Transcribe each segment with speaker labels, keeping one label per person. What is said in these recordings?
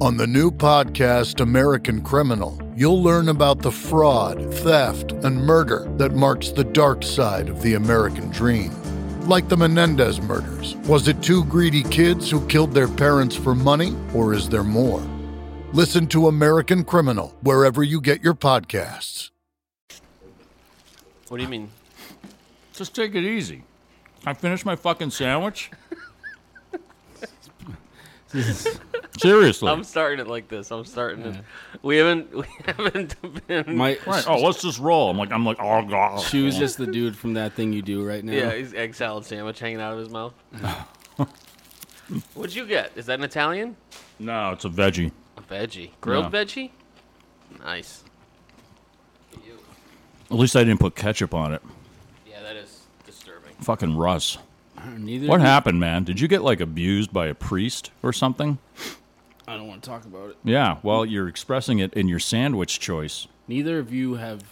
Speaker 1: On the new podcast, American Criminal, you'll learn about the fraud, theft, and murder that marks the dark side of the American dream. Like the Menendez murders, was it two greedy kids who killed their parents for money, or is there more? Listen to American Criminal wherever you get your podcasts.
Speaker 2: What do you mean?
Speaker 3: Just take it easy. I finished my fucking sandwich. Seriously.
Speaker 2: I'm starting it like this. I'm starting it. We haven't. We haven't been.
Speaker 4: My
Speaker 3: right. Oh, let's just roll. I'm like, I'm like, oh god.
Speaker 4: she was just the dude from that thing you do right now.
Speaker 2: yeah, he's egg salad sandwich hanging out of his mouth. What'd you get? Is that an Italian?
Speaker 3: No, it's a veggie.
Speaker 2: A veggie, grilled
Speaker 3: Yeah.
Speaker 2: veggie. Nice.
Speaker 3: At least I didn't put ketchup on it.
Speaker 2: Yeah, that is disturbing.
Speaker 3: Fucking Russ.
Speaker 4: Uh, Neither
Speaker 3: What
Speaker 4: of you-
Speaker 3: happened, man? Did you get like abused by a priest or something?
Speaker 4: I don't want to talk about it.
Speaker 3: Yeah. Well, you're expressing it in your sandwich choice.
Speaker 4: Neither of you have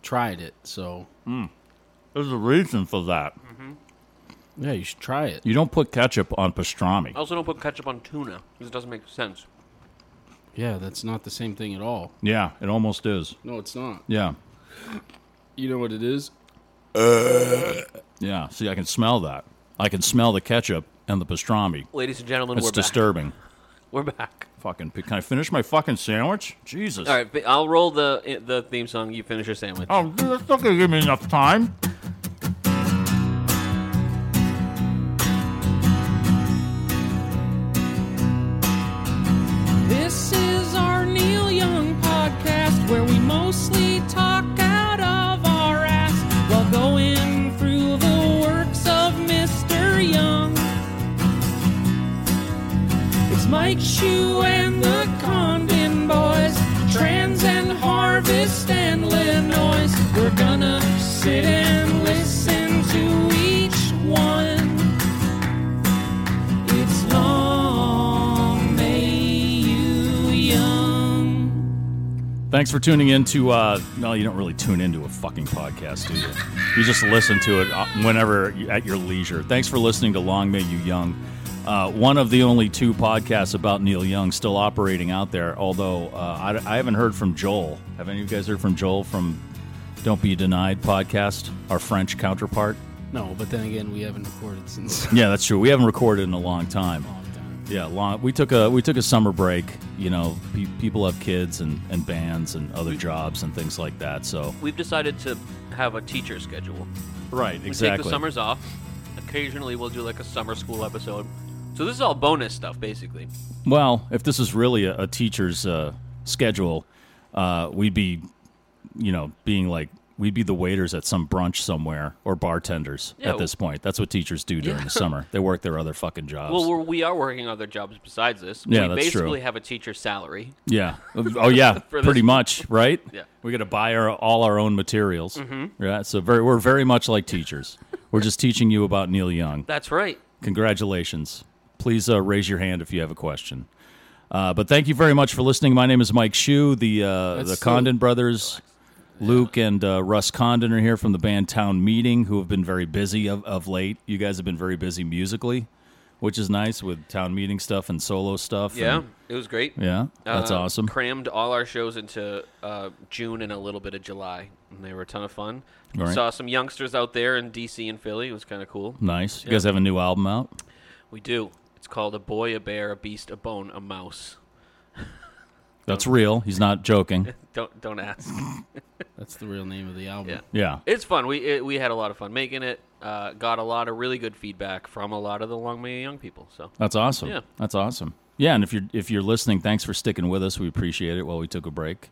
Speaker 4: tried it, so
Speaker 3: There's a reason for that.
Speaker 4: yeah, you should try it.
Speaker 3: You don't put ketchup on pastrami.
Speaker 2: I also don't put ketchup on tuna because it doesn't make sense.
Speaker 4: Yeah, that's not the same thing at all.
Speaker 3: Yeah, it almost is.
Speaker 4: No, it's not.
Speaker 3: Yeah.
Speaker 4: You know what it is?
Speaker 3: Yeah. See, I can smell that. I can smell the ketchup and the pastrami.
Speaker 2: Ladies and gentlemen,
Speaker 3: It's
Speaker 2: we're
Speaker 3: disturbing.
Speaker 2: back. We're back.
Speaker 3: Fucking. Can I finish my fucking sandwich? Jesus.
Speaker 2: All right, but I'll roll the the theme song. You finish your sandwich.
Speaker 3: Oh, dude, that's not gonna give me enough time.
Speaker 5: This is our Neil Young podcast where we mostly talk out of our ass while going through the works of Mr. Young. It's Mike Shue and the Condon Boys, Trans and Harvest and Illinois. We're gonna sit and listen to each one. It's long may you young.
Speaker 3: Thanks for tuning in to. Uh, no, you don't really tune into a fucking podcast, do you? You just listen to it uh, whenever you- at your leisure. Thanks for listening to Long May You Young, uh, one of the only two podcasts about Neil Young still operating out there. Although uh, I, I haven't heard from Joel. Have any of you guys heard from Joel from Don't Be Denied podcast, our French counterpart?
Speaker 4: No, but then again, we haven't recorded since.
Speaker 3: Yeah, that's true. We haven't recorded in a long time.
Speaker 4: Long time.
Speaker 3: Yeah, long. We took a we took a summer break. You know, pe- people have kids and, and bands and other jobs and things like that. So
Speaker 2: We've decided to have a teacher schedule.
Speaker 3: right,
Speaker 2: We take the summers off. Occasionally, we'll do like a summer school episode. So this is all bonus stuff, basically.
Speaker 3: Well, if this is really a, a teacher's uh, schedule, uh, we'd be, you know, being like we'd be the waiters at some brunch somewhere or bartenders
Speaker 2: Yeah,
Speaker 3: at this point. That's what teachers do during the summer. They work their other fucking jobs.
Speaker 2: Well, we're, we are working other jobs besides this.
Speaker 3: Yeah,
Speaker 2: we
Speaker 3: that's true.
Speaker 2: basically have a teacher's salary.
Speaker 3: Yeah. Oh yeah.
Speaker 2: For
Speaker 3: pretty
Speaker 2: this-
Speaker 3: much, right?
Speaker 2: Yeah.
Speaker 3: We got to buy our, all our own materials. Mm-hmm. Yeah. So very, we're very much like teachers. we're just teaching you about Neil Young.
Speaker 2: That's right.
Speaker 3: Congratulations. Please uh, raise your hand if you have a question. Uh, but thank you very much for listening. My name is Mike Shu. The uh,
Speaker 4: That's
Speaker 3: the
Speaker 4: so-
Speaker 3: Condon brothers, Luke and uh, Russ Condon, are here from the band Town Meeting, who have been very busy of, of late. You guys have been very busy musically, which is nice with Town Meeting stuff and solo stuff.
Speaker 2: Yeah,
Speaker 3: and-
Speaker 2: it was great.
Speaker 3: Hmm. yeah, that's
Speaker 2: Uh,
Speaker 3: awesome.
Speaker 2: Crammed all our shows into uh, June and a little bit of July, and they were a ton of fun.
Speaker 3: All right. Hmm.
Speaker 2: Saw some youngsters out there in DC and Philly. It was kind of cool.
Speaker 3: Nice. You guys have a new album out?
Speaker 2: We do. It's called a boy, a bear, a beast, a bone, a mouse.
Speaker 3: That's real. He's not joking.
Speaker 2: Don't don't ask.
Speaker 4: That's the real name of the album.
Speaker 2: Yeah.
Speaker 3: Yeah.
Speaker 2: It's fun. We it, we had a lot of fun making it. Uh, got a lot of really good feedback from a lot of the Long May Young people. So
Speaker 3: That's awesome.
Speaker 2: Yeah.
Speaker 3: That's awesome. Yeah, and if you're if you're listening, thanks for sticking with us. We appreciate it while we took a break.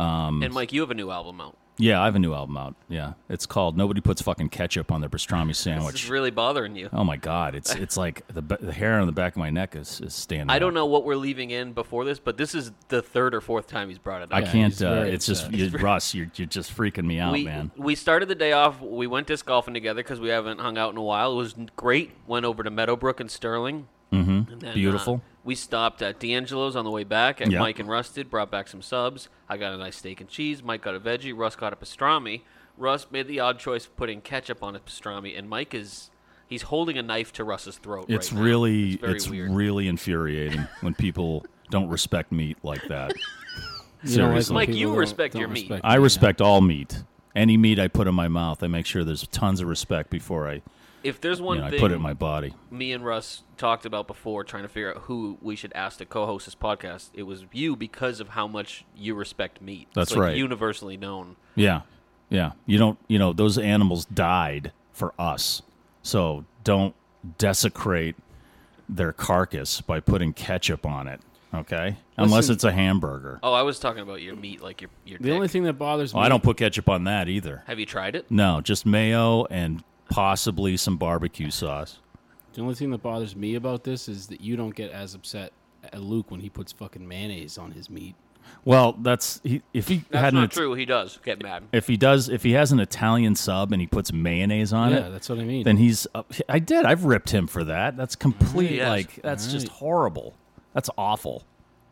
Speaker 3: Mm.
Speaker 2: and Mike, you have a new album out.
Speaker 3: Yeah, I have a new album out. Yeah. It's called Nobody Puts Fucking Ketchup on Their Pastrami
Speaker 2: This is
Speaker 3: Sandwich.
Speaker 2: really bothering you.
Speaker 3: Oh my god, it's it's like the ba- the hair on the back of my neck is, is standing.
Speaker 2: I don't
Speaker 3: up.
Speaker 2: know what we're leaving in before this, but this is the third or fourth time he's brought it
Speaker 3: I
Speaker 2: up.
Speaker 4: Yeah,
Speaker 3: can't
Speaker 4: he's
Speaker 3: uh,
Speaker 4: very
Speaker 3: it's just
Speaker 4: upset.
Speaker 3: you, Russ, you're you're just freaking me out,
Speaker 2: we,
Speaker 3: Oh, man.
Speaker 2: we started the day off. We went disc golfing together because we haven't hung out in a while. It was n- great. Went over to Meadowbrook and Sterling. Mm-hmm. And then,
Speaker 3: Beautiful.
Speaker 2: uh, we stopped at D'Angelo's on the way back at
Speaker 3: Yeah.
Speaker 2: Mike and Rusted. Brought back some subs. I got a nice steak and cheese. Mike got a veggie. Russ got a pastrami. Russ made the odd choice of putting ketchup on a pastrami, and Mike is he's holding a knife to Russ's throat.
Speaker 3: It's
Speaker 2: right now.
Speaker 3: really
Speaker 2: very
Speaker 3: it's
Speaker 2: weird.
Speaker 3: really infuriating when people don't respect meat like that.
Speaker 4: You don't like
Speaker 3: Seriously.
Speaker 4: when
Speaker 2: Mike,
Speaker 4: people
Speaker 2: you
Speaker 4: don't-
Speaker 2: respect
Speaker 4: don't
Speaker 2: your meat.
Speaker 4: respect
Speaker 3: I
Speaker 4: you, yeah.
Speaker 3: respect all meat. Any meat I put in my mouth, I make sure there's tons of respect before I, you
Speaker 2: If there's one
Speaker 3: know, I
Speaker 2: thing
Speaker 3: put it in my body.
Speaker 2: me and Russ talked about before, trying to figure out who we should ask to co-host this podcast, it was you because of how much you respect meat.
Speaker 3: That's
Speaker 2: it's like
Speaker 3: right.
Speaker 2: Universally known.
Speaker 3: Yeah. Yeah. You don't, you know, those animals died for us. So don't desecrate their carcass by putting ketchup on it. Okay. Unless
Speaker 4: Listen-
Speaker 3: it's a hamburger.
Speaker 2: Oh, I was talking about your meat, like your your.
Speaker 4: The only
Speaker 2: dick.
Speaker 4: thing that bothers me.
Speaker 3: Oh, I don't put ketchup on that either.
Speaker 2: Have you tried it?
Speaker 3: No, just mayo and possibly some barbecue sauce.
Speaker 4: The only thing that bothers me about this is that you don't get as upset at Luke when he puts fucking mayonnaise on his meat.
Speaker 3: Well, that's he, if he
Speaker 2: That's
Speaker 3: had an
Speaker 2: not
Speaker 3: It-
Speaker 2: true. He does get mad.
Speaker 3: if he does if he has an Italian sub and he puts mayonnaise on
Speaker 4: yeah,
Speaker 3: it,
Speaker 4: that's what I mean.
Speaker 3: then he's up. I did. I've ripped him for that. That's complete.
Speaker 2: Yes.
Speaker 3: Like that's just
Speaker 4: Right.
Speaker 3: horrible. That's awful.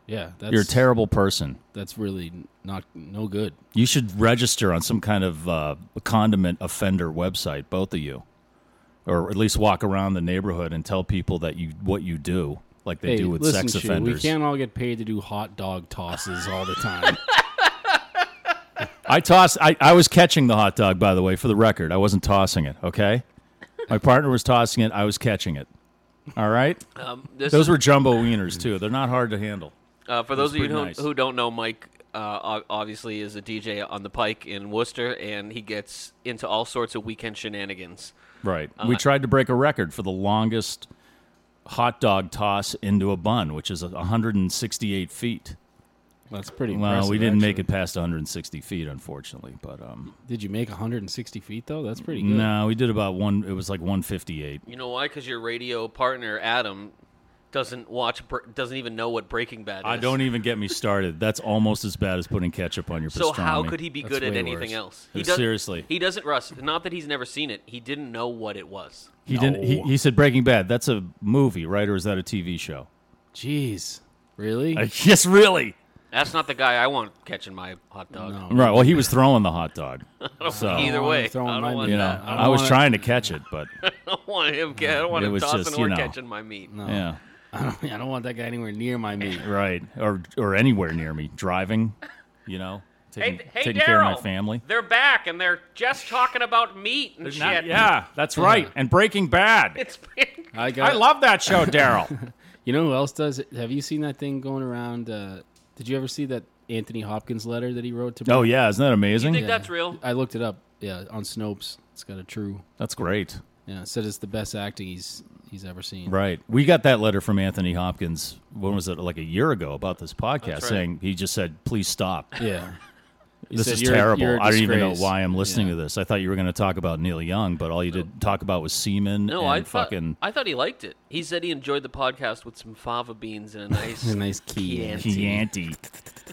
Speaker 4: yeah, that's
Speaker 3: You're a terrible person.
Speaker 4: That's really not no good.
Speaker 3: You should register on some kind of uh, condiment offender website, both of you, or at least walk around the neighborhood and tell people that you what you do, like they
Speaker 4: hey,
Speaker 3: do with
Speaker 4: listen,
Speaker 3: sex
Speaker 4: Shu,
Speaker 3: offenders.
Speaker 4: we can't all get paid to do hot dog tosses all the time.
Speaker 3: I tossed. I, I was catching the hot dog, by the way, for the record. I wasn't tossing it. Okay, my partner was tossing it. I was catching it. All right.
Speaker 2: Um, this
Speaker 3: Those
Speaker 2: is-
Speaker 3: were jumbo wieners too. They're not hard to handle.
Speaker 2: Uh, for those of you
Speaker 3: pretty
Speaker 2: who,
Speaker 3: nice.
Speaker 2: who don't know, Mike uh, o- obviously is a DJ on the Pike in Worcester, and he gets into all sorts of weekend shenanigans.
Speaker 3: Right. we tried to break a record for the longest hot dog toss into a bun, which is 168 feet.
Speaker 4: That's pretty.
Speaker 3: Well,
Speaker 4: impressive,
Speaker 3: we didn't make
Speaker 4: actually.
Speaker 3: it past 160 feet, unfortunately. But um,
Speaker 4: Did you make 160 feet though? That's pretty good.
Speaker 3: no, we did about one. It was like 158.
Speaker 2: You know why? Because your radio partner Adam doesn't watch, Br- doesn't even know what Breaking Bad is.
Speaker 3: I don't even get me started. That's almost as bad as putting ketchup on your
Speaker 2: So
Speaker 3: pastrami.
Speaker 2: how could he be
Speaker 4: That's
Speaker 2: good at
Speaker 4: way
Speaker 2: anything
Speaker 4: worse.
Speaker 2: else?
Speaker 3: Yeah,
Speaker 2: He does-
Speaker 3: seriously.
Speaker 2: he doesn't. Russ, not that he's never seen it. He didn't know what it was.
Speaker 3: He didn't. He,
Speaker 4: No.
Speaker 3: he said Breaking Bad. That's a movie, right? Or is that a TV show?
Speaker 4: Jeez, really?
Speaker 3: Like, Uh, yes, really.
Speaker 2: That's not the guy I want catching my hot dog.
Speaker 4: No.
Speaker 3: Right. Well, he was throwing the hot dog, so
Speaker 2: Either
Speaker 4: wanna
Speaker 2: way, I
Speaker 4: throw in my
Speaker 2: don't, want,
Speaker 4: meat.
Speaker 3: you know,
Speaker 4: Yeah, I don't
Speaker 3: I, was
Speaker 4: wanna-
Speaker 3: trying to catch it, but
Speaker 2: I don't want him. ca- I don't want
Speaker 3: It
Speaker 2: him
Speaker 3: was
Speaker 2: tossing
Speaker 3: just, you
Speaker 2: or
Speaker 3: know.
Speaker 2: catching my meat.
Speaker 4: No,
Speaker 3: yeah,
Speaker 4: I don't, I don't want that guy anywhere near my meat.
Speaker 3: right. Or or anywhere near me, driving, you know, taking, taking care of my family.
Speaker 2: They're back and they're just talking about meat and
Speaker 3: Not- yeah, that's right. And Breaking Bad.
Speaker 2: It's been
Speaker 4: I got.
Speaker 3: I love that show, Daryl.
Speaker 4: You know who else does it? Have you seen that thing going around? Uh, did you ever see that Anthony Hopkins letter that he wrote to?
Speaker 3: oh yeah, isn't that amazing?
Speaker 2: think that's real.
Speaker 4: I looked it up. Yeah, on Snopes, it's got a true.
Speaker 3: That's great.
Speaker 4: Yeah, it said it's the best acting he's he's ever seen.
Speaker 3: Right. We got that letter from Anthony Hopkins. When was it? Like a year ago about this podcast,
Speaker 2: That's right.
Speaker 3: saying he just said, "Please stop."
Speaker 4: Yeah. He
Speaker 3: This
Speaker 4: said,
Speaker 3: is
Speaker 4: "You're a-
Speaker 3: terrible.
Speaker 4: you're a
Speaker 3: I don't even know
Speaker 4: disgrace."
Speaker 3: why I'm listening
Speaker 4: Yeah.
Speaker 3: to this. I thought you were going to talk about Neil Young, but all you did talk about was semen
Speaker 2: No,
Speaker 3: and
Speaker 2: I thought,
Speaker 3: fucking
Speaker 2: I thought he liked it. He said he enjoyed the podcast with some fava beans and a nice
Speaker 4: A nice key.
Speaker 3: Chianti.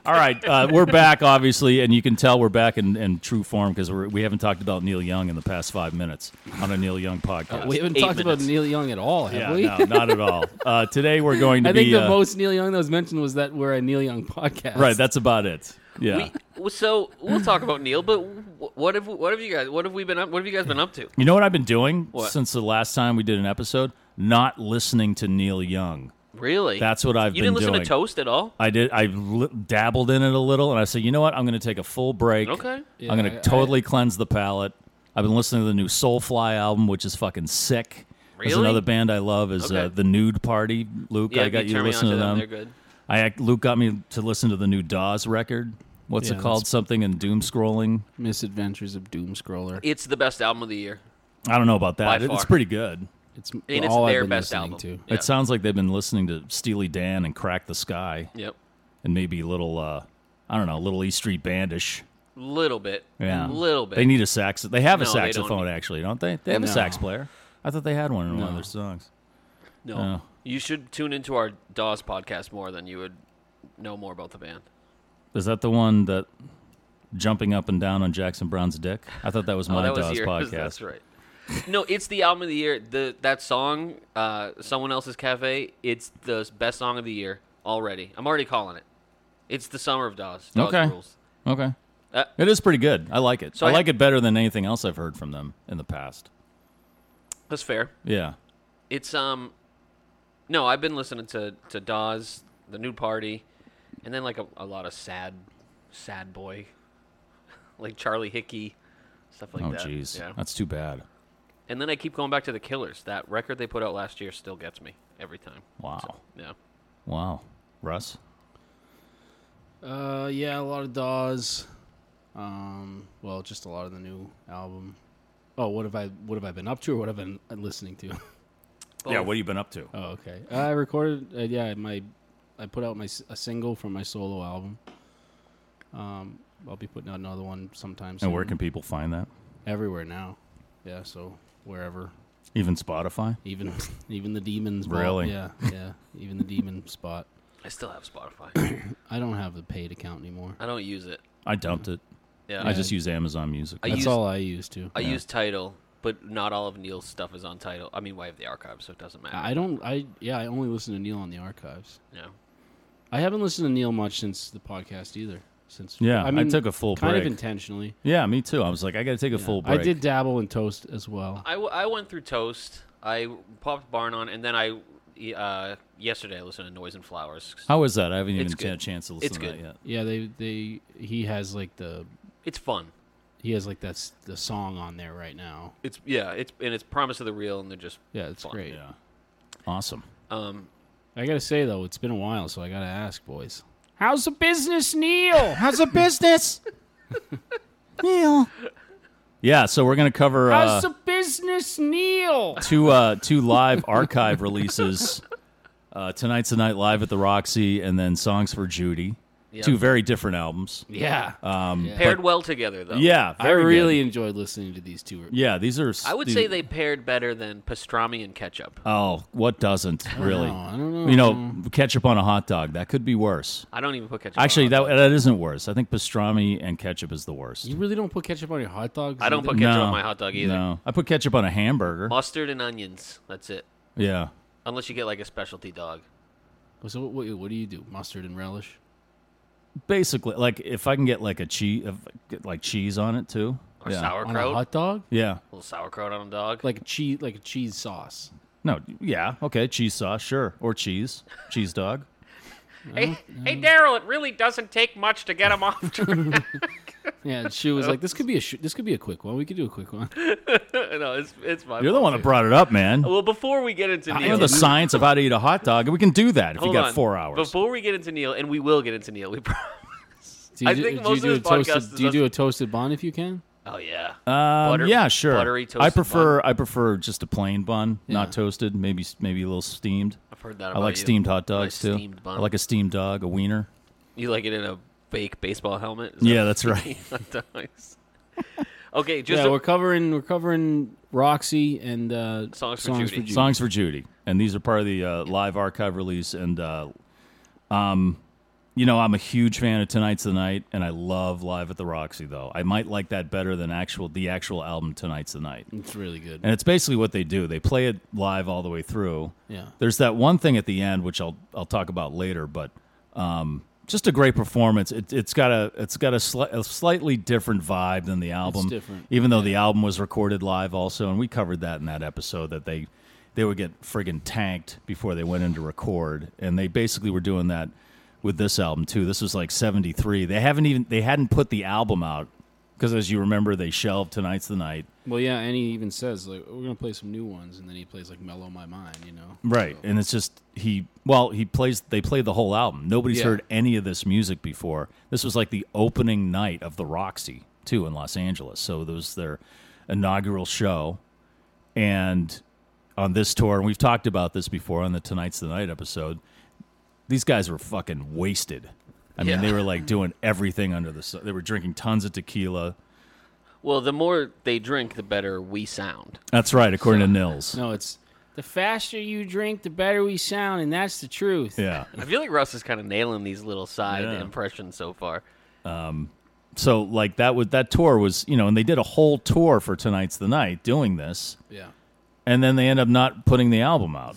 Speaker 3: All right, uh, we're back, obviously, and you can tell we're back in, in true form because we haven't talked about Neil Young in the past five minutes on a Neil Young podcast.
Speaker 4: Oh, We haven't
Speaker 2: Eight
Speaker 4: talked about
Speaker 2: minutes.
Speaker 4: Neil Young at all, have
Speaker 3: yeah,
Speaker 4: we?
Speaker 3: no, not at all. Uh, today we're going to
Speaker 4: I think
Speaker 3: be
Speaker 4: the
Speaker 3: uh,
Speaker 4: most Neil Young that was mentioned was that we're a Neil Young podcast.
Speaker 3: right. That's about it. Yeah.
Speaker 2: We, well, so we'll talk about Neil, but wh- what have what have you guys what have we been up what have you guys been up to?
Speaker 3: You know what I've been doing
Speaker 2: What?
Speaker 3: since the last time we did an episode? Not listening to Neil Young.
Speaker 2: Really?
Speaker 3: That's what I've
Speaker 2: you
Speaker 3: been
Speaker 2: didn't listen
Speaker 3: doing.
Speaker 2: to Toast at all?
Speaker 3: I did. I li- dabbled in it a little, and I said, you know what? I'm going to take a full break.
Speaker 2: Okay.
Speaker 3: I'm going
Speaker 4: I-
Speaker 3: to
Speaker 4: I-
Speaker 3: totally cleanse the palate. I've been listening to the new Soulfly album, which is fucking sick. There's
Speaker 2: Really?
Speaker 3: another band I love is uh,
Speaker 2: Okay.
Speaker 3: the Nude Party. Luke,
Speaker 2: Yeah,
Speaker 3: I got you to
Speaker 2: turn me
Speaker 3: listen
Speaker 2: on
Speaker 3: to them.
Speaker 2: They're good.
Speaker 3: I act- Luke got me to listen to the new Dawes record. What's
Speaker 4: Yeah,
Speaker 3: it called?
Speaker 4: that's-
Speaker 3: Something in doom scrolling.
Speaker 4: Misadventures of Doom Scroller.
Speaker 2: It's the best album of the year.
Speaker 3: I don't know about that.
Speaker 2: By
Speaker 3: It's
Speaker 2: far.
Speaker 3: pretty good.
Speaker 4: It's
Speaker 2: And it's
Speaker 4: all
Speaker 2: their
Speaker 4: I've been
Speaker 2: best
Speaker 4: listening
Speaker 2: album.
Speaker 4: to.
Speaker 2: Yeah.
Speaker 3: It sounds like they've been listening to Steely Dan and Crack the Sky
Speaker 2: Yep.
Speaker 3: and maybe a little, uh, I don't know, a little E Street Bandish.
Speaker 2: Little bit.
Speaker 3: Yeah,
Speaker 2: Little bit.
Speaker 3: They need a sax. They have a
Speaker 2: No, they don't
Speaker 3: saxophone,
Speaker 2: need-
Speaker 3: actually, don't they? They have a
Speaker 4: No.
Speaker 3: sax player. I thought they had one in one of their songs.
Speaker 2: No.
Speaker 3: Oh.
Speaker 2: You should tune into our Dawes podcast more than you would know more about the band.
Speaker 3: Is that the one that jumping up and down on Jackson Brown's dick? I thought that was my
Speaker 2: Oh, that was
Speaker 3: Dawes
Speaker 2: yours.
Speaker 3: podcast.
Speaker 2: That's right. No, it's the album of the year. The that song, uh, someone else's cafe. It's the best song of the year already. I'm already calling it. It's the summer of Dawes. Dawes
Speaker 3: Okay.
Speaker 2: rules.
Speaker 3: Okay,
Speaker 2: Uh,
Speaker 3: it is pretty good. I like it.
Speaker 2: So
Speaker 3: I,
Speaker 2: I-
Speaker 3: like it better than anything else I've heard from them in the past.
Speaker 2: That's fair.
Speaker 3: Yeah,
Speaker 2: It's um, no, I've been listening to to Dawes the new party, and then like a, a lot of sad, sad boy, like Charlie Hickey, stuff like
Speaker 3: oh,
Speaker 2: that.
Speaker 3: jeez,
Speaker 2: Yeah.
Speaker 3: that's too bad.
Speaker 2: And then I keep going back to the Killers. That record they put out last year still gets me every time.
Speaker 3: Wow,
Speaker 2: Yeah.
Speaker 3: wow, Russ.
Speaker 4: Uh, yeah, a lot of Dawes. Um, well, just a lot of the new album. Oh, what have I what have I been up to, or what have I been listening to?
Speaker 3: Yeah,
Speaker 2: Both.
Speaker 3: what have you been up to?
Speaker 4: oh, okay. I recorded. Uh, yeah, my I put out my s- a single from my solo album. Um, I'll be putting out another one sometime. Soon.
Speaker 3: and where can people find that?
Speaker 4: everywhere now? Yeah, so wherever,
Speaker 3: Even Spotify.
Speaker 4: even even the demons. vault.
Speaker 3: Really?
Speaker 4: Yeah, yeah. Even the demon spot.
Speaker 2: I still have Spotify.
Speaker 4: I don't have the paid account anymore.
Speaker 2: I don't use it.
Speaker 3: I dumped it.
Speaker 2: Yeah.
Speaker 3: I just use Amazon Music.
Speaker 2: I
Speaker 4: That's
Speaker 2: used-
Speaker 4: all I used to.
Speaker 2: I use Title, but not all of Neil's stuff is on Title. I mean, well, I have the archive, so it doesn't matter.
Speaker 4: I don't. I yeah. I only listen to Neil on the archives.
Speaker 2: no.
Speaker 4: I haven't listened to Neil much since the podcast either. Since
Speaker 3: Yeah, I
Speaker 4: I mean,
Speaker 3: took a full
Speaker 4: kind
Speaker 3: break.
Speaker 4: of intentionally.
Speaker 3: yeah, me too. I was like, I got to take a full break.
Speaker 4: I did dabble in toast as well.
Speaker 2: I, w- I went through Toast. I popped Barn on, and then I uh, yesterday I listened to Noise and Flowers.
Speaker 3: How is that? I haven't
Speaker 2: It's
Speaker 3: even had a
Speaker 2: good.
Speaker 3: chance to listen
Speaker 2: It's
Speaker 3: to that
Speaker 2: good.
Speaker 3: yet.
Speaker 4: Yeah, they they he has like the
Speaker 2: It's fun.
Speaker 4: he has like that's the song on there right now.
Speaker 2: It's yeah. It's and it's Promise of the Real, and they're just
Speaker 4: Yeah, it's
Speaker 2: Fun,
Speaker 4: great.
Speaker 3: Yeah, awesome.
Speaker 2: um.
Speaker 4: I gotta say though, it's been a while, so I gotta ask, boys. How's the business, Neil?
Speaker 3: How's the business, Neil? Yeah, so we're gonna cover uh,
Speaker 4: How's the business, Neil?
Speaker 3: two uh, two live archive releases. Uh, Tonight's the night live at the Roxy, and then Songs for Judy.
Speaker 2: Yeah.
Speaker 3: Two very different albums.
Speaker 4: Yeah,
Speaker 3: Um, yeah,
Speaker 2: Paired well together though.
Speaker 3: very
Speaker 4: I really
Speaker 3: good.
Speaker 4: enjoyed listening to these two.
Speaker 3: yeah. These are.
Speaker 2: I would say they paired better than pastrami and ketchup.
Speaker 3: Oh, what doesn't really?
Speaker 4: know, Mm-hmm. I don't know.
Speaker 3: You know, ketchup on a hot dog that could be worse.
Speaker 2: I don't even put ketchup. on
Speaker 3: Actually,
Speaker 2: hot
Speaker 3: that
Speaker 2: dogs.
Speaker 3: that isn't worse. I think pastrami and ketchup is the worst.
Speaker 4: You really don't put ketchup on your hot dogs.
Speaker 2: I don't
Speaker 4: either?
Speaker 2: put ketchup on my hot dog either.
Speaker 3: No, I put ketchup on a hamburger.
Speaker 2: Mustard and onions. That's it.
Speaker 3: Yeah,
Speaker 2: Unless you get like a specialty dog.
Speaker 4: So what, what, what do you do? Mustard and relish?
Speaker 3: basically, like if I can get like a cheese, if, get, like cheese on it too.
Speaker 2: Or
Speaker 3: yeah.
Speaker 4: On a
Speaker 2: sauerkraut.
Speaker 4: hot dog?
Speaker 3: Yeah.
Speaker 2: a little sauerkraut on a dog.
Speaker 4: Like a cheese like a cheese sauce.
Speaker 3: No. Yeah. Okay. Cheese sauce, sure, or cheese, cheese dog.
Speaker 2: hey, hey Daryl, it really doesn't take much to get him off track.
Speaker 4: Yeah, and she was like, This could be a sh- this could be a quick one. We could do a quick one.
Speaker 2: no, it's it's my
Speaker 3: You're the
Speaker 2: fault,
Speaker 3: one that
Speaker 2: dude.
Speaker 3: brought it up, man.
Speaker 2: Well, before we get into
Speaker 3: I
Speaker 2: Neil,
Speaker 3: know the science of how to eat a hot dog, and we can do that if
Speaker 2: hold
Speaker 3: you got
Speaker 2: on.
Speaker 3: four hours.
Speaker 2: Before we get into Neil, and we will get into Neil, we promise.
Speaker 4: Do you
Speaker 2: I
Speaker 4: do,
Speaker 2: think
Speaker 4: do
Speaker 2: most
Speaker 4: you
Speaker 2: of
Speaker 4: do
Speaker 2: this
Speaker 4: a
Speaker 2: podcast is
Speaker 4: toasted do you
Speaker 2: us-
Speaker 4: do a toasted bun if you can?
Speaker 2: Oh yeah,
Speaker 3: Um,
Speaker 2: Butter-
Speaker 3: yeah, sure.
Speaker 2: buttery
Speaker 3: I
Speaker 2: toasted
Speaker 3: prefer I prefer just a plain bun,
Speaker 4: Yeah.
Speaker 3: not toasted. Maybe maybe a little steamed.
Speaker 2: I've heard that.
Speaker 3: I
Speaker 2: About
Speaker 3: like
Speaker 2: you.
Speaker 3: steamed hot
Speaker 2: You like
Speaker 3: dogs too.
Speaker 2: steamed bun.
Speaker 3: I like a steamed dog, a wiener.
Speaker 2: You like it in a fake baseball helmet? Is
Speaker 3: Yeah,
Speaker 2: that-
Speaker 3: that's right.
Speaker 2: hot dogs. okay, just
Speaker 4: yeah,
Speaker 2: a-
Speaker 4: we're covering we're covering Roxy and uh,
Speaker 2: Songs for Judy.
Speaker 3: Songs for Judy, and these are part of the uh, live archive release. And uh, um, you know, I'm a huge fan of Tonight's the Night, and I love Live at the Roxy. Though I might like that better than actual the actual album Tonight's the Night.
Speaker 4: It's really good.
Speaker 3: And it's basically what they do. They play it live all the way through.
Speaker 4: Yeah.
Speaker 3: There's that one thing at the end which I'll I'll talk about later, but um, just a great performance. It, it's got a it's got a, sli- a slightly different vibe than the album.
Speaker 4: different,
Speaker 3: Even though the album was recorded live also, and we covered that in that episode that they they would get friggin' tanked before they went in to record, and they basically were doing that with this album too. This was like '73. They haven't even they hadn't put the album out because, as you remember, they shelved tonight's the night.
Speaker 4: Well, yeah, and he even says like we're gonna play some new ones, and then he plays like "Mellow My Mind," you know.
Speaker 3: Right. And it's just he well, he plays they play the whole album. Nobody's
Speaker 4: Yeah.
Speaker 3: heard any of this music before. This was like the opening night of the Roxy too in Los Angeles. So there was their inaugural show and on this tour and we've talked about this before on the Tonight's the Night episode. These guys were fucking wasted. I mean,
Speaker 2: Yeah.
Speaker 3: they were like doing everything under the sun. They were drinking tons of tequila.
Speaker 2: well, the more they drink, the better we sound.
Speaker 3: That's right, according to Nils.
Speaker 4: No, it's the faster you drink, the better we sound, and that's the truth.
Speaker 3: Yeah.
Speaker 2: I feel like Russ is kind of nailing these little side
Speaker 3: Yeah.
Speaker 2: impressions so far.
Speaker 3: so like that was that tour was you know and they did a whole tour for tonight's the night doing this
Speaker 4: Yeah.
Speaker 3: and then they end up not putting the album out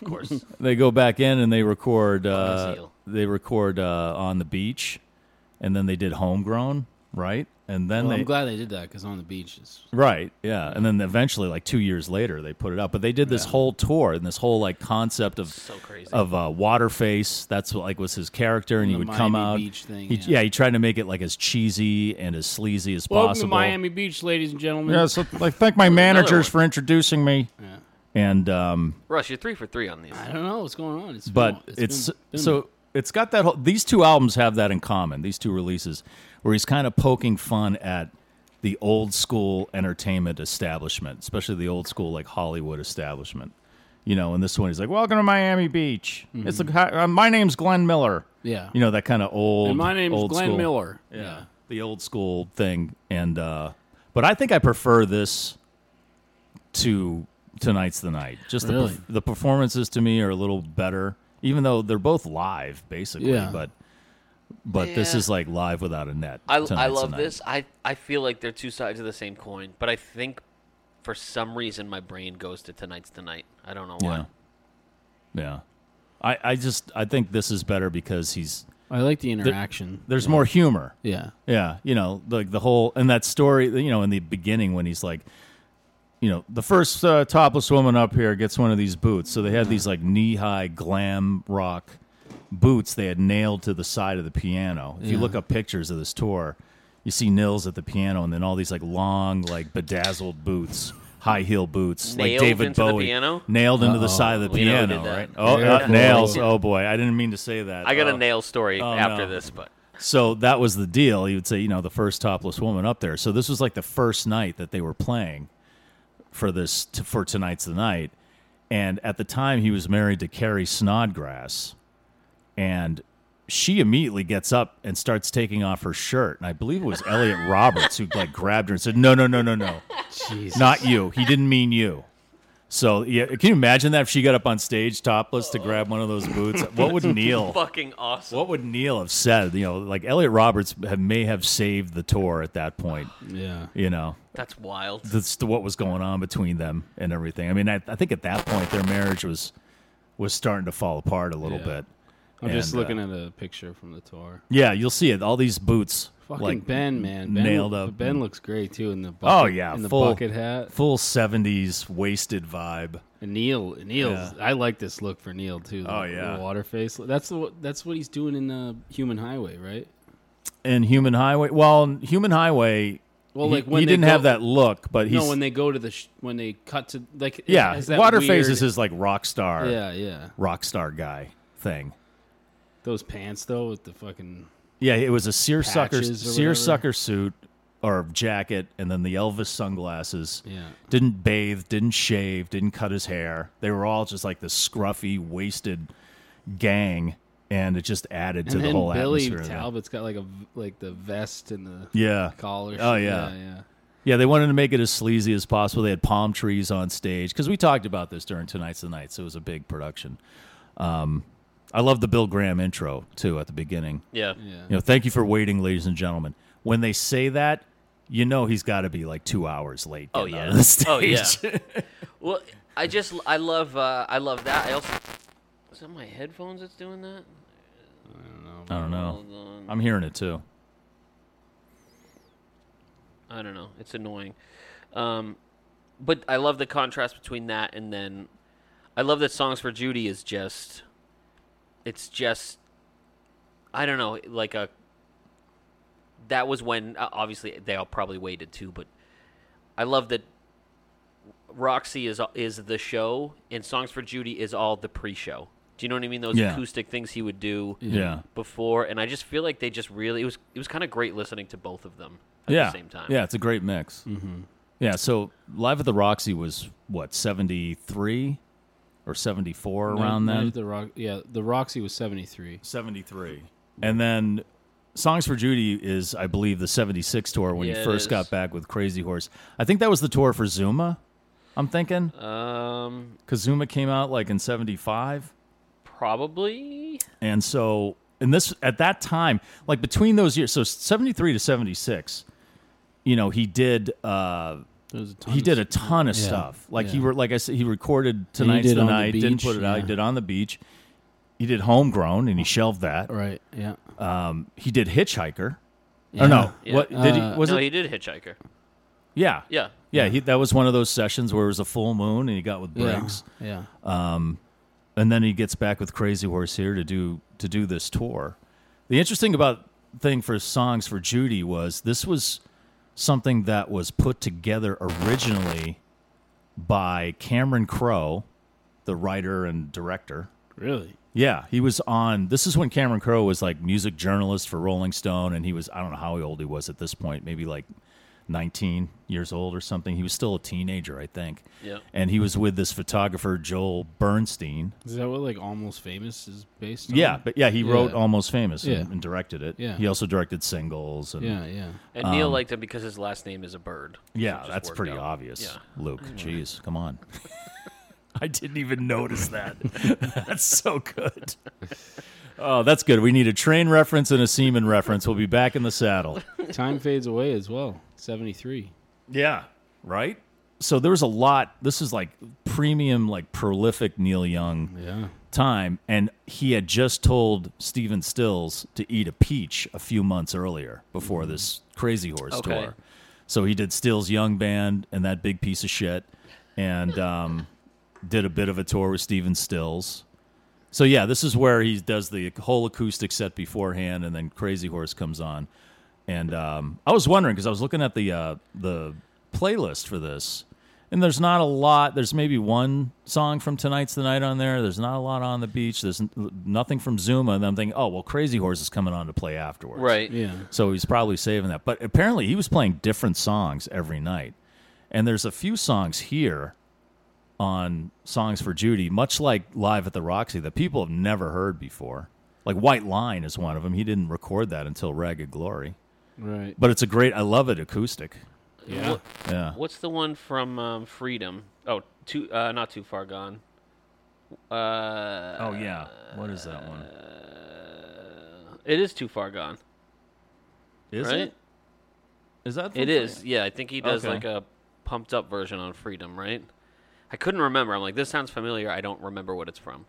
Speaker 2: Of course,
Speaker 3: they go back in and they record
Speaker 2: Glass
Speaker 3: uh,
Speaker 2: Eel.
Speaker 3: they record uh, on the beach and then they did homegrown right and then
Speaker 4: Well,
Speaker 3: they
Speaker 4: I'm glad they did that because on the beach is
Speaker 3: Right. Yeah. And then eventually, like two years later, they put it up. But they did this whole tour and this whole like concept of
Speaker 2: So crazy.
Speaker 3: of uh, Waterface. That's what, like was his character, and he
Speaker 4: The
Speaker 3: would come
Speaker 4: Miami
Speaker 3: out.
Speaker 4: Beach thing,
Speaker 3: he,
Speaker 4: yeah.
Speaker 3: he tried to make it like as cheesy and as sleazy as
Speaker 4: welcome to
Speaker 3: possible.
Speaker 4: Miami Beach, ladies and gentlemen.
Speaker 3: Yeah. So like, thank my managers
Speaker 2: one.
Speaker 3: for introducing me. And um,
Speaker 2: Russ, you're three for three on these.
Speaker 4: I don't know what's going on. It's
Speaker 3: but
Speaker 4: been-
Speaker 3: it's,
Speaker 4: been- been-
Speaker 3: so it's got that whole these two albums have that in common these two releases where he's kind of poking fun at the old school entertainment establishment especially the old school like hollywood establishment you know and this one he's like welcome to miami beach it's like hi, uh, my name's glenn miller
Speaker 4: Mm-hmm. Yeah.
Speaker 3: you know that kind of old
Speaker 4: And my name's
Speaker 3: old
Speaker 4: Glenn
Speaker 3: school-
Speaker 4: Miller.
Speaker 3: yeah, the old school thing and uh but i think i prefer this to tonight's the night. Just the,
Speaker 4: Really?
Speaker 3: perf- the performances to me are a little better, even though they're both live basically.
Speaker 4: Yeah.
Speaker 3: But but this
Speaker 2: Yeah.
Speaker 3: is like live without a net.
Speaker 2: I,
Speaker 3: Tonight's
Speaker 2: I
Speaker 3: the
Speaker 2: love
Speaker 3: Night.
Speaker 2: this. I, I feel like they're two sides of the same coin, but I think for some reason my brain goes to tonight's tonight. I don't know why.
Speaker 3: Yeah. Yeah. I, I just I think this is better because he's
Speaker 4: I like the interaction.
Speaker 3: there's more humor.
Speaker 4: yeah.
Speaker 3: Yeah, you know, like the whole and that story, you know, in the beginning when he's like, you know, the first uh, topless woman up here gets one of these boots. So they had these like knee high glam rock boots they had nailed to the side of the piano. If you
Speaker 4: Yeah.
Speaker 3: look up pictures of this tour, you see Nils at the piano and then all these like long, like bedazzled boots. High heel boots, like
Speaker 2: Nailed
Speaker 3: David
Speaker 2: into the
Speaker 3: Bowie,
Speaker 2: piano?
Speaker 3: nailed into the side of the
Speaker 2: We know who
Speaker 3: piano,
Speaker 2: did that.
Speaker 3: right? Oh,
Speaker 4: Yeah.
Speaker 3: uh, nails! Oh boy, I didn't mean to say that.
Speaker 2: I got
Speaker 3: Oh.
Speaker 2: a nail story after
Speaker 3: no.
Speaker 2: this, but
Speaker 3: So that was the deal. He would say, you know, the first topless woman up there. So this was like the first night that they were playing for this t- for tonight's the night. And at the time, he was married to Carrie Snodgrass, and she immediately gets up and starts taking off her shirt. And I believe it was Elliot Roberts who like grabbed her and said, "No, no, no, no, no,
Speaker 4: Jesus.
Speaker 3: not you. He didn't mean you." So yeah, can you imagine that if she got up on stage topless to grab one of those boots? What would Neil?
Speaker 2: fucking awesome.
Speaker 3: What would Neil have said? You know, like Elliot Roberts have, may have saved the tour at that point.
Speaker 4: Yeah.
Speaker 3: You know,
Speaker 2: That's wild.
Speaker 3: that's the- what was going on between them and everything. I mean, I, I think at that point their marriage was was starting to fall apart a little
Speaker 4: Yeah.
Speaker 3: bit.
Speaker 4: I'm just
Speaker 3: And, uh,
Speaker 4: looking at a picture from the tour.
Speaker 3: Yeah, you'll see it. All these boots,
Speaker 4: Fucking
Speaker 3: like
Speaker 4: Ben, man, ben,
Speaker 3: nailed up.
Speaker 4: Ben looks great too in the
Speaker 3: oh
Speaker 4: bucket,
Speaker 3: yeah,
Speaker 4: in the
Speaker 3: full
Speaker 4: bucket hat.
Speaker 3: full seventies wasted vibe.
Speaker 4: And Neil, Neil's. I like this look for Neil too. the-
Speaker 3: Oh, yeah.
Speaker 4: the water face. That's the that's what he's doing in the Human Highway, right?
Speaker 3: And Human Highway, well, in Human Highway,
Speaker 4: Well,
Speaker 3: he-
Speaker 4: like
Speaker 3: he,
Speaker 4: when they
Speaker 3: didn't
Speaker 4: go-
Speaker 3: have that look, but he's
Speaker 4: no, when they go to the sh- when they cut to like it
Speaker 3: yeah,
Speaker 4: has that
Speaker 3: Waterface
Speaker 4: weird-
Speaker 3: is his like rock star,
Speaker 4: yeah yeah
Speaker 3: rock star guy thing.
Speaker 4: those pants though with the fucking
Speaker 3: Yeah, it was a seersucker
Speaker 4: Patches or whatever.
Speaker 3: seersucker suit or jacket, and then the Elvis sunglasses.
Speaker 4: Yeah.
Speaker 3: Didn't bathe, didn't shave, didn't cut his hair. They were all just like this scruffy, wasted gang, and it just added to
Speaker 4: and
Speaker 3: the
Speaker 4: then
Speaker 3: whole
Speaker 4: Billy
Speaker 3: atmosphere. of that.
Speaker 4: Talbot's got like a v- like the vest and the
Speaker 3: Yeah.
Speaker 4: collar.
Speaker 3: Oh,
Speaker 4: shit.
Speaker 3: yeah.
Speaker 4: yeah yeah.
Speaker 3: Yeah, they wanted to make it as sleazy as possible. They had palm trees on stage because we talked about this during tonight's the night, so it was a big production. Um, I love the Bill Graham intro too at the beginning.
Speaker 2: Yeah.
Speaker 4: Yeah.
Speaker 3: You know, thank you for waiting, ladies and gentlemen. When they say that, you know he's got to be like two hours late.
Speaker 2: Oh
Speaker 3: getting
Speaker 2: yeah.
Speaker 3: out of the stage.
Speaker 2: Oh yeah. well, I just I love uh, I love that. I also is that my headphones that's doing that?
Speaker 3: I don't know.
Speaker 2: Hold on.
Speaker 3: I'm hearing it too.
Speaker 2: I don't know. It's annoying. Um, but I love the contrast between that and then I love that Songs for Judy is just it's just I don't know, like a that was when uh, obviously they all probably waited too, but I love that Roxy is is the show and Songs for Judy is all the pre-show. Do you know what I mean? Those
Speaker 3: Yeah.
Speaker 2: acoustic things he would do
Speaker 3: Yeah.
Speaker 2: before and I just feel like they just really it was it was kind of great listening to both of them at
Speaker 3: yeah.
Speaker 2: the same time.
Speaker 3: Yeah, it's a great mix. Mm-hmm. Yeah. So live at the Roxy was what 73 or 74 around
Speaker 4: Night- Night
Speaker 3: then.
Speaker 4: at The Rock, yeah, the Roxy was seventy three.
Speaker 3: 73. And then Songs for Judy is, I believe, the 76 tour when
Speaker 2: Yeah,
Speaker 3: you
Speaker 2: it
Speaker 3: first
Speaker 2: is.
Speaker 3: got back with Crazy Horse. I think that was the tour for Zuma, I'm thinking.
Speaker 2: Um,
Speaker 3: Because Zuma came out like in 75.
Speaker 2: probably.
Speaker 3: And so, and this, at that time, like between those years, so 73 to 76, you know, he did, uh, he did a ton of stuff. Like he
Speaker 4: yeah.
Speaker 3: were like I said, he recorded tonight's
Speaker 4: did
Speaker 3: the
Speaker 4: On the
Speaker 3: night. didn't
Speaker 4: Beach,
Speaker 3: put it out. He
Speaker 4: yeah.
Speaker 3: did on the beach. He did homegrown and he shelved that.
Speaker 4: right. Yeah,
Speaker 3: Um, he did Hitchhiker, Oh no!
Speaker 2: Yeah.
Speaker 3: What did he?
Speaker 4: Uh,
Speaker 3: Was
Speaker 2: no,
Speaker 3: it?
Speaker 2: he did Hitchhiker.
Speaker 3: yeah,
Speaker 2: Yeah.
Speaker 3: yeah. He, that was one of those sessions where it was a full moon, and he got with Briggs,
Speaker 4: Yeah.
Speaker 3: and then he gets back with Crazy Horse here to do to do this tour. The interesting about thing for songs for Judy was this was something that was put together originally by Cameron Crowe, the writer and director.
Speaker 4: Really?
Speaker 3: Yeah, he was on. This is when Cameron Crowe was like music journalist for Rolling Stone, and he was I don't know how old he was at this point, maybe like nineteen years old or something. He was still a teenager, I think.
Speaker 2: Yeah.
Speaker 3: And he was with this photographer Joel Bernstein.
Speaker 4: Is that what like Almost Famous is based on?
Speaker 3: Yeah, but yeah, he wrote
Speaker 4: Yeah.
Speaker 3: Almost Famous and,
Speaker 4: Yeah.
Speaker 3: and directed it.
Speaker 4: Yeah.
Speaker 3: He also directed singles and
Speaker 4: Yeah, yeah.
Speaker 2: And Neil liked him because his last name is a bird.
Speaker 3: Um, Yeah,
Speaker 2: It just
Speaker 3: that's
Speaker 2: worked
Speaker 3: pretty
Speaker 2: out.
Speaker 3: obvious.
Speaker 2: Yeah.
Speaker 3: Luke, jeez, come on. I didn't even notice that. that's so good. Oh, that's good. We need a train reference and a semen reference. We'll be back in the saddle.
Speaker 4: Time fades away as well. Seventy three.
Speaker 3: Yeah. Right? So there was a lot. This is like premium, like prolific Neil Young
Speaker 4: Yeah.
Speaker 3: time. And he had just told Steven Stills to eat a peach a few months earlier before this Crazy Horse
Speaker 2: Okay.
Speaker 3: tour. So he did Stills Young Band and that big piece of shit and um, did a bit of a tour with Steven Stills. So yeah, this is where he does the whole acoustic set beforehand, and then Crazy Horse comes on. And um, I was wondering because I was looking at the uh, the playlist for this, and there's not a lot. There's maybe one song from Tonight's the Night on there. There's not a lot on the beach. There's n- nothing from Zuma, and I'm thinking, oh well, Crazy Horse is coming on to play afterwards,
Speaker 2: Right.
Speaker 4: Yeah.
Speaker 3: so he's probably saving that. But apparently he was playing different songs every night. And there's a few songs here on Songs for Judy, much like Live at the Roxy, that people have never heard before. Like White Line is one of them. He didn't record that until Ragged Glory.
Speaker 4: Right.
Speaker 3: But it's a great, I love it acoustic.
Speaker 4: Yeah.
Speaker 2: What-
Speaker 3: Yeah.
Speaker 2: what's the one from um, Freedom? Oh, too uh, not too far gone. Uh,
Speaker 3: Oh, yeah. What is that one?
Speaker 2: it is too far gone.
Speaker 3: Is
Speaker 2: right?
Speaker 3: it? Is that
Speaker 2: It is. Yeah, I think he does
Speaker 3: Okay.
Speaker 2: like a pumped up version on Freedom, right? I couldn't remember. I'm like, this sounds familiar. I don't remember what it's from.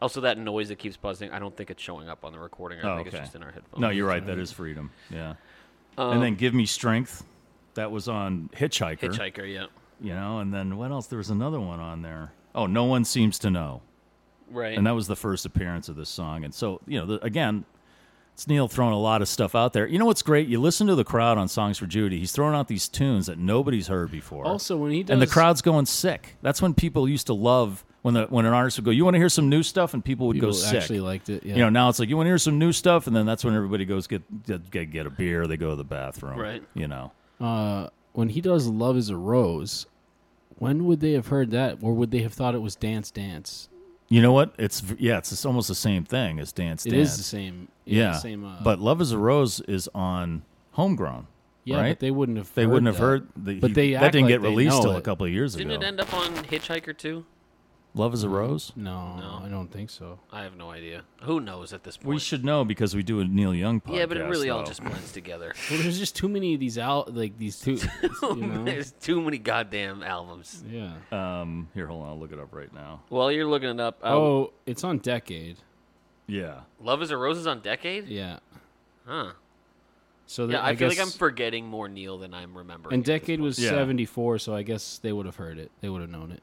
Speaker 2: Also, that noise that keeps buzzing, I don't think it's showing up on the recording. I
Speaker 3: Oh,
Speaker 2: think
Speaker 3: okay.
Speaker 2: it's just in our headphones.
Speaker 3: No, you're right. That is freedom. Yeah.
Speaker 2: Um,
Speaker 3: and then Give Me Strength. That was on Hitchhiker.
Speaker 2: Hitchhiker, yeah.
Speaker 3: you know and then what else there was another one on there oh no one seems to know
Speaker 2: Right.
Speaker 3: and that was the first appearance of this song and so you know the, again it's neil throwing a lot of stuff out there you know what's great you listen to the crowd on songs for judy he's throwing out these tunes that nobody's heard before
Speaker 4: Also, when he does,
Speaker 3: and the crowd's going sick that's when people used to love when the when an artist would go you want to hear some new stuff and people would
Speaker 4: people
Speaker 3: go sick
Speaker 4: actually liked it. Yeah.
Speaker 3: you know now it's like you want to hear some new stuff and then that's when everybody goes get get, get- get a beer they go to the bathroom
Speaker 2: Right.
Speaker 3: you know
Speaker 4: uh, when he does "Love Is a Rose," when would they have heard that, or would they have thought it was "Dance Dance"?
Speaker 3: you know what it's yeah it's, it's almost the same thing as dance
Speaker 4: It is
Speaker 3: dance
Speaker 4: the same.
Speaker 3: Yeah.
Speaker 4: the same. Uh,
Speaker 3: but Love is a Rose is on Homegrown.
Speaker 4: yeah,
Speaker 3: right?
Speaker 4: but they wouldn't have.
Speaker 3: They wouldn't have
Speaker 4: that.
Speaker 3: heard. The,
Speaker 4: But
Speaker 3: he-
Speaker 4: they
Speaker 3: that
Speaker 4: act
Speaker 3: didn't
Speaker 4: like
Speaker 3: get
Speaker 4: they
Speaker 3: released
Speaker 4: know
Speaker 3: till a
Speaker 4: it.
Speaker 3: couple of years
Speaker 2: Didn't
Speaker 3: ago.
Speaker 2: it end up on Hitchhiker too?
Speaker 3: Love is a Rose.
Speaker 4: No, I don't think so.
Speaker 2: I have no idea. Who knows at this point?
Speaker 3: We should know because we do a Neil Young podcast.
Speaker 2: Yeah, but it really all
Speaker 3: though.
Speaker 2: just blends together.
Speaker 4: Well, there's just too many of these out, like these two. you know?
Speaker 2: There's too many goddamn albums.
Speaker 4: Yeah.
Speaker 3: Um, here, hold on. I'll look it up right now.
Speaker 2: While you're looking it up, uh,
Speaker 4: Oh, it's on Decade.
Speaker 3: Yeah.
Speaker 2: Love is a Roses on Decade?
Speaker 4: Yeah.
Speaker 2: Huh.
Speaker 4: So that,
Speaker 2: Yeah, I, feel like I'm
Speaker 4: guess-
Speaker 2: forgetting more Neil than I'm remembering.
Speaker 4: And
Speaker 2: at this
Speaker 4: Decade
Speaker 2: point.
Speaker 4: was
Speaker 3: Yeah.
Speaker 4: 74, so I guess they would have heard it. They would have known it.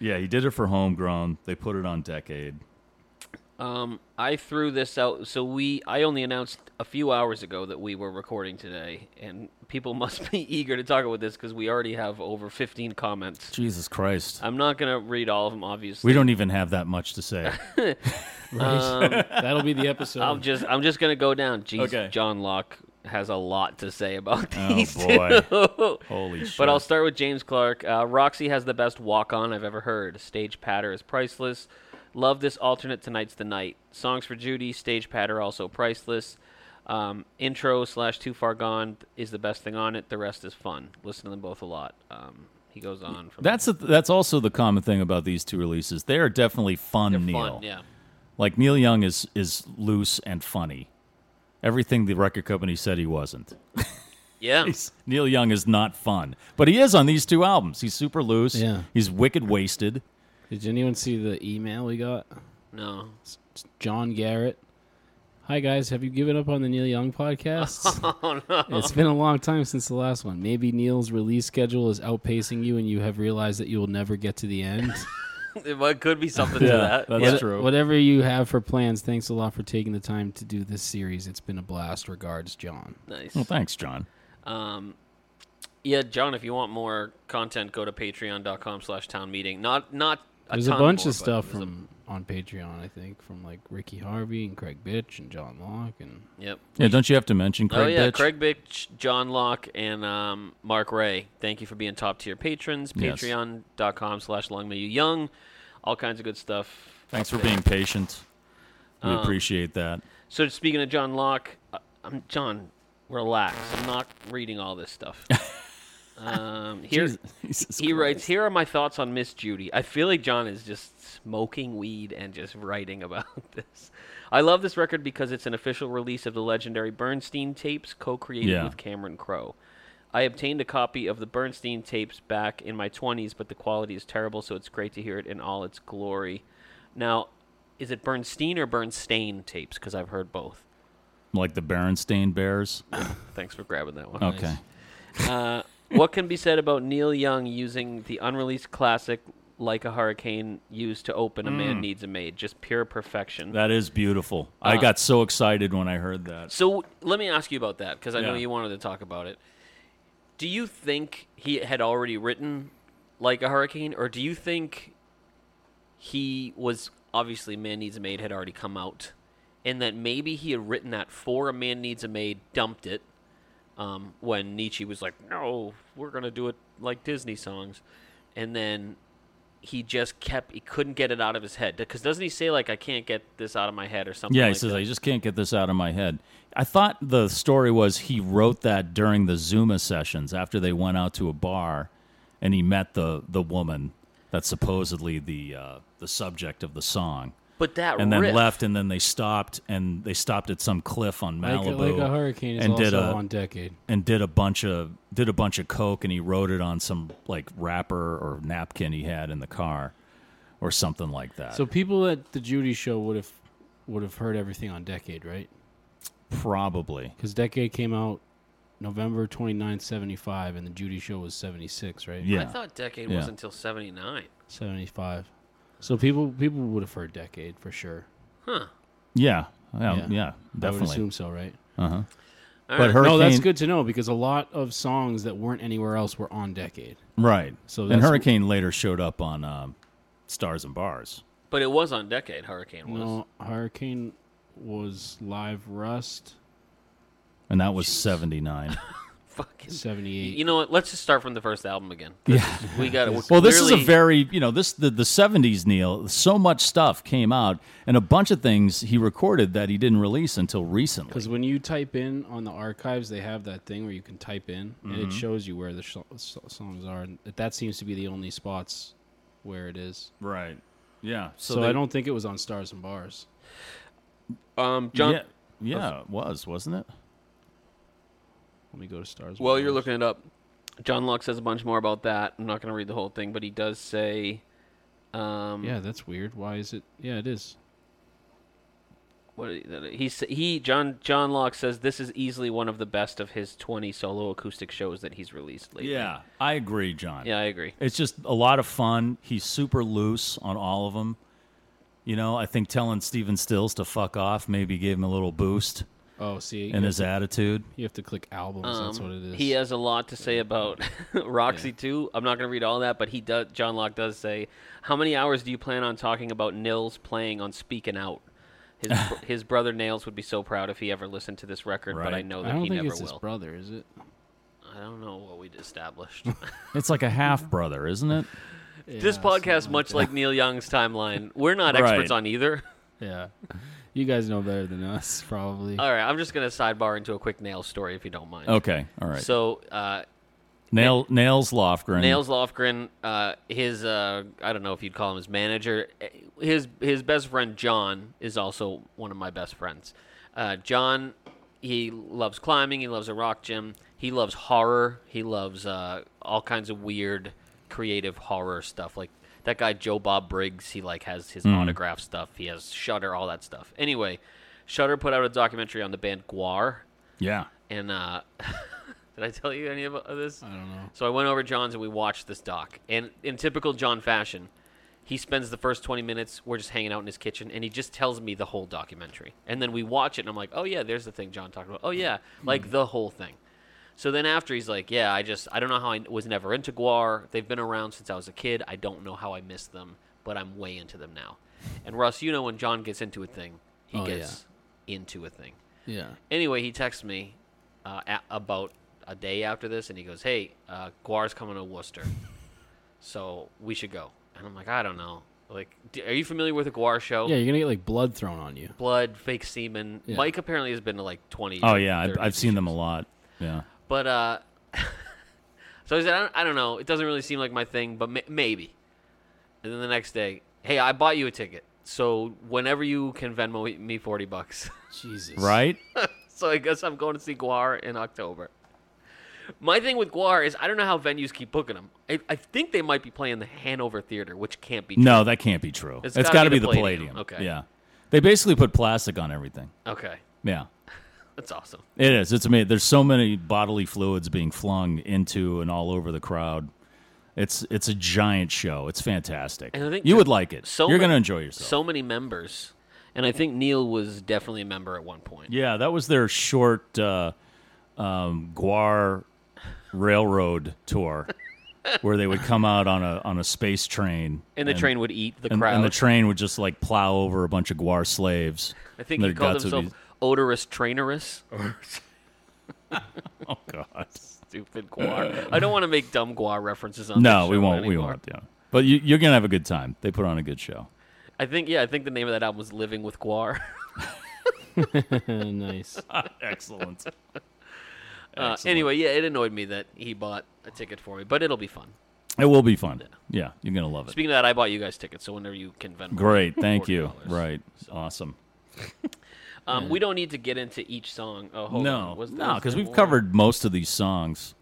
Speaker 3: Yeah, he did it for Homegrown. They put it on Decade.
Speaker 2: Um, I threw this out. So we, I only announced a few hours ago that we were recording today, and people must be eager to talk about this because we already have over 15 comments.
Speaker 3: Jesus
Speaker 4: Uh,
Speaker 3: Christ.
Speaker 2: I'm not gonna read all of them, obviously.
Speaker 3: We don't even have that much to say.
Speaker 2: Um,
Speaker 4: That'll be the episode.
Speaker 2: I'm just, I'm just gonna go down. Jeez,
Speaker 3: Okay.
Speaker 2: John Locke has a lot to say about
Speaker 3: Oh,
Speaker 2: these
Speaker 3: boy.
Speaker 2: two.
Speaker 3: Holy shit.
Speaker 2: But I'll start with James Clark. Uh, Roxy has the best walk on I've ever heard. Stage patter is priceless. Love this alternate tonight's the night. Songs for Judy, stage patter also priceless. Um, intro slash too far gone is the best thing on it. The rest is fun. Listen to them both a lot. Um, he goes on from
Speaker 3: That's a, that's also the common thing about these two releases. They are definitely fun,
Speaker 2: there.
Speaker 3: Neil.
Speaker 2: fun. Yeah,
Speaker 3: Like Neil Young is is loose and funny. Everything the record company said he wasn't.
Speaker 2: yeah.
Speaker 3: Neil Young is not fun, but he is on these two albums. He's super loose.
Speaker 4: Yeah.
Speaker 3: He's wicked wasted.
Speaker 4: Did anyone see the email we got?
Speaker 2: No,
Speaker 4: It's John Garrett Hi guys, have you given up on the Neil Young podcast?
Speaker 2: Oh no.
Speaker 4: it's been a long time since the last one. Maybe Neil's release schedule is outpacing you, and you have realized that you will never get to the end.
Speaker 2: It might- could be something
Speaker 3: Yeah,
Speaker 2: to that.
Speaker 3: that's
Speaker 2: yeah.
Speaker 3: true.
Speaker 4: Whatever you have for plans, thanks a lot for taking the time to do this series. It's been a blast. Regards, John.
Speaker 2: Nice.
Speaker 3: Well, thanks, John.
Speaker 2: Um, yeah, John, if you want more content, go to patreon.com slash town meeting. Not not a
Speaker 4: There's a
Speaker 2: ton
Speaker 4: bunch
Speaker 2: more,
Speaker 4: of
Speaker 2: but
Speaker 4: stuff
Speaker 2: there's a-
Speaker 4: from on Patreon, I think, from like Ricky Harvey and Craig Bitch and John Locke and
Speaker 2: yep.
Speaker 3: Yeah, don't you have to mention Craig?
Speaker 2: oh yeah,
Speaker 3: Bitch?
Speaker 2: Craig Bitch, John Locke, and um, Mark Ray. Thank you for being top tier patrons.
Speaker 3: Yes.
Speaker 2: Patreon.com slash long may you young. All kinds of good stuff.
Speaker 3: Thanks for
Speaker 2: up there.
Speaker 3: being patient. We
Speaker 2: Um,
Speaker 3: appreciate that.
Speaker 2: So speaking of John Locke, uh, I'm John. Relax. I'm not reading all this stuff. um, here,
Speaker 3: Jesus
Speaker 2: he writes. Here are my thoughts on Miss Judy. I feel like John is just smoking weed and just writing about this. I love this record because it's an official release of the legendary Bernstein tapes, co-created
Speaker 3: Yeah.
Speaker 2: with Cameron Crowe. I obtained a copy of the Bernstein tapes back in my 20s, but the quality is terrible, so it's great to hear it in all its glory. Now, is it Bernstein or Bernstein tapes? Because I've heard both.
Speaker 3: like the Berenstain Bears.
Speaker 2: Thanks for grabbing that one.
Speaker 3: Okay.
Speaker 2: Uh, what can be said about Neil Young using the unreleased classic "Like a Hurricane" used to open "A Man Needs a Maid"? Just pure perfection.
Speaker 3: That is beautiful.
Speaker 2: Uh,
Speaker 3: I got so excited when I heard that.
Speaker 2: so let me ask you about that because I know
Speaker 3: Yeah.
Speaker 2: you wanted to talk about it. Do you think he had already written "Like a Hurricane," or do you think he was obviously "Man Needs a Maid" had already come out, and that maybe he had written that for "A Man Needs a Maid," dumped it, um, when Nietzsche was like, "No, we're gonna do it like Disney songs," and then he just kept he couldn't get it out of his head because doesn't he say like I can't get this out of my head or something?
Speaker 3: Yeah, he
Speaker 2: like
Speaker 3: says
Speaker 2: that?
Speaker 3: I just can't get this out of my head. I thought the story was he wrote that during the Zuma sessions after they went out to a bar, and he met the the woman that's supposedly the uh, the subject of the song,
Speaker 2: but that
Speaker 3: and then
Speaker 2: riff-
Speaker 3: left, and then they stopped, and they stopped at some cliff on
Speaker 4: like,
Speaker 3: Malibu,
Speaker 4: like a hurricane is
Speaker 3: and
Speaker 4: also
Speaker 3: did a
Speaker 4: on decade.
Speaker 3: and did a bunch of did a bunch of coke and he wrote it on some like wrapper or napkin he had in the car or something like that.
Speaker 4: So people at the Judy show would have would have heard everything on decade, right?
Speaker 3: probably.
Speaker 4: Because decade came out November 29, 75, and the Judy show was 76, right?
Speaker 3: Yeah.
Speaker 2: I thought Decade
Speaker 3: Yeah.
Speaker 2: was until '79.
Speaker 4: 75. So people people would have heard decade for sure.
Speaker 3: yeah. Yeah,
Speaker 4: Yeah.
Speaker 3: yeah.
Speaker 4: I would
Speaker 3: definitely.
Speaker 4: assume so, right?
Speaker 2: All
Speaker 3: But
Speaker 2: right.
Speaker 3: Hurricane
Speaker 4: No, that's good to know because a lot of songs that weren't anywhere else were on decade.
Speaker 3: Right.
Speaker 4: So
Speaker 3: So and
Speaker 4: that's-
Speaker 3: Hurricane later showed up on um, Stars and Bars.
Speaker 2: But it was on Decade. Hurricane was.
Speaker 4: No, Hurricane was live Rust
Speaker 3: And that was 79.
Speaker 2: Fucking.
Speaker 4: 78.
Speaker 2: You know what? Let's just start from the first album again. Yeah. We got it.
Speaker 3: Well, this is a very, you know, this the, the 70s, Neil, so much stuff came out and a bunch of things he recorded that he didn't release until recently.
Speaker 4: Because when you type in on the archives, they have that thing where you can type in
Speaker 2: Mm-hmm.
Speaker 4: and it shows you where the sh- s- songs are. And that seems to be the only spots where it is.
Speaker 3: Right. Yeah.
Speaker 4: So,
Speaker 3: they-
Speaker 4: I don't think it was on Stars and Bars.
Speaker 2: Um, John.
Speaker 3: Yeah, yeah, it was, wasn't it?
Speaker 4: Let me go to Stars.
Speaker 2: While
Speaker 4: and
Speaker 2: you're
Speaker 4: Bars.
Speaker 2: looking it up, John Locke says a bunch more about that. I'm not going to read the whole thing, but he does say. Um,
Speaker 4: Yeah, that's weird. Why is it? Yeah, it is.
Speaker 2: What he s- he John John Locke says this is easily one of the best of his 20 solo acoustic shows that he's released lately.
Speaker 3: Yeah, I agree, John.
Speaker 2: Yeah, I agree.
Speaker 3: It's just a lot of fun. He's super loose on all of them. You know, I think telling Steven Stills to fuck off maybe gave him a little boost
Speaker 4: Oh, see, you
Speaker 3: in
Speaker 4: have,
Speaker 3: his attitude.
Speaker 4: you have to click albums. that's
Speaker 2: Um,
Speaker 4: what it is.
Speaker 2: He has a lot to say about Roxy too. I'm not going to read all that, but he does. John Locke does say, "How many hours do you plan on talking about Nils playing on Speaking Out?" His br- his brother Nails would be so proud if he ever listened to this record, but I
Speaker 3: Right.
Speaker 2: know
Speaker 4: I
Speaker 2: that
Speaker 4: don't
Speaker 2: he
Speaker 4: think
Speaker 2: never
Speaker 4: it's his
Speaker 2: will.
Speaker 4: brother, is it?
Speaker 2: I don't know what we'd established.
Speaker 3: It's like a half brother, isn't it?
Speaker 2: this
Speaker 4: Yeah,
Speaker 2: podcast,
Speaker 4: something
Speaker 2: much
Speaker 4: that.
Speaker 2: like Neil Young's timeline, we're not experts
Speaker 3: Right.
Speaker 2: on either.
Speaker 4: yeah, you guys know better than us, probably.
Speaker 2: All right, I'm just going to sidebar into a quick Nails story if you don't mind.
Speaker 3: Okay, all right.
Speaker 2: So uh,
Speaker 3: Nail, Nails Lofgren.
Speaker 2: Nails Lofgren, uh, his uh, I don't know if you'd call him his manager. His his best friend John is also one of my best friends. Uh, John, he loves climbing. He loves a rock gym. He loves horror. He loves uh, all kinds of weird, creative horror stuff. Like that guy Joe Bob Briggs. He like has his autograph stuff. He has Shutter, all that stuff. Anyway, Shutter put out a documentary on the band Guar,
Speaker 3: Yeah.
Speaker 2: and uh, did I tell you any of of this?
Speaker 4: I don't know.
Speaker 2: So I went over to John's and we watched this doc. And in typical John fashion, he spends the first 20 minutes, we're just hanging out in his kitchen, and he just tells me the whole documentary. And then we watch it, and I'm like, oh, yeah, there's the thing John talked about. Oh, yeah,
Speaker 4: Hmm.
Speaker 2: like the whole thing. So then after he's like, yeah, I just, I don't know how I was never into Guar. They've been around since I was a kid. I don't know how I missed them, but I'm way into them now. And Russ, you know, when John gets into a thing, he
Speaker 4: Oh,
Speaker 2: gets into a thing
Speaker 4: Yeah.
Speaker 2: anyway, he texts me uh, a about a day after this, and he goes, "Hey, uh, Guar's coming to Worcester, so we should go." And I'm like, "I don't know. Like, d- are you familiar with the Guar show?
Speaker 4: Yeah, you're gonna get like blood thrown on you.
Speaker 2: Blood, fake semen.
Speaker 4: Yeah.
Speaker 2: Mike apparently has been to like 20.
Speaker 3: Oh
Speaker 2: or
Speaker 3: yeah, I've,
Speaker 2: 30
Speaker 3: I've seen them a
Speaker 2: shows.
Speaker 3: lot. Yeah.
Speaker 2: But uh, so I said, I don't, I don't know. It doesn't really seem like my thing, but ma maybe. And then the next day, hey, I bought you a ticket. So whenever you can Venmo me forty bucks.
Speaker 4: Jesus.
Speaker 3: Right.
Speaker 2: so I guess I'm going to see Guar in October. My thing with Guar is I don't know how venues keep booking them. I, I think they might be playing the Hanover Theater, which can't be.
Speaker 3: No, that can't be true.
Speaker 2: It's
Speaker 3: it's
Speaker 2: gotta
Speaker 3: got to
Speaker 2: be
Speaker 3: be,
Speaker 2: the
Speaker 3: the
Speaker 2: Palladium.
Speaker 3: Palladium.
Speaker 2: Okay.
Speaker 3: Yeah. They basically put plastic on everything.
Speaker 2: Okay,
Speaker 3: Yeah.
Speaker 2: that's awesome.
Speaker 3: It is. It's amazing. There's so many bodily fluids being flung into and all over the crowd. It's it's a giant show. It's fantastic.
Speaker 2: And I think
Speaker 3: you
Speaker 2: that
Speaker 3: would like it.
Speaker 2: So
Speaker 3: You're
Speaker 2: ma-
Speaker 3: going to enjoy yourself.
Speaker 2: So many members, and I think Neil was definitely a member at one point.
Speaker 3: yeah, that was their short uh, um, Guar Railroad tour, where they would come out on a on a space train,
Speaker 2: And the train would eat the
Speaker 3: and,
Speaker 2: crowd.
Speaker 3: and the train would just like plow over a bunch of Guar slaves.
Speaker 2: I think
Speaker 3: and
Speaker 2: he
Speaker 3: their
Speaker 2: called
Speaker 3: guts would
Speaker 2: himself Odorous Trainerous. Oh,
Speaker 3: be- oh God.
Speaker 2: Stupid Guar. I don't want to make dumb Guar references on.
Speaker 3: Uh. No,
Speaker 2: this
Speaker 3: we
Speaker 2: show
Speaker 3: won't. We
Speaker 2: anymore.
Speaker 3: won't. Yeah, but you, you're gonna have a good time. They put on a good show.
Speaker 2: I think yeah. I think the name of that album was Living with Guar.
Speaker 4: nice.
Speaker 3: Excellent.
Speaker 2: Uh, anyway, yeah, it annoyed me that he bought a ticket for me, but it'll be fun.
Speaker 3: It will be fun. Yeah, you're gonna love it.
Speaker 2: Speaking of that, I bought you guys tickets, so whenever you can Venmo.
Speaker 3: Great, thank you.
Speaker 2: $40.
Speaker 3: Right, awesome.
Speaker 2: Um, we don't need to get into each song. Oh, hold
Speaker 3: No,
Speaker 2: on. Was-
Speaker 3: no,
Speaker 2: was
Speaker 3: because
Speaker 2: there
Speaker 3: we've
Speaker 2: more?
Speaker 3: covered most of these songs.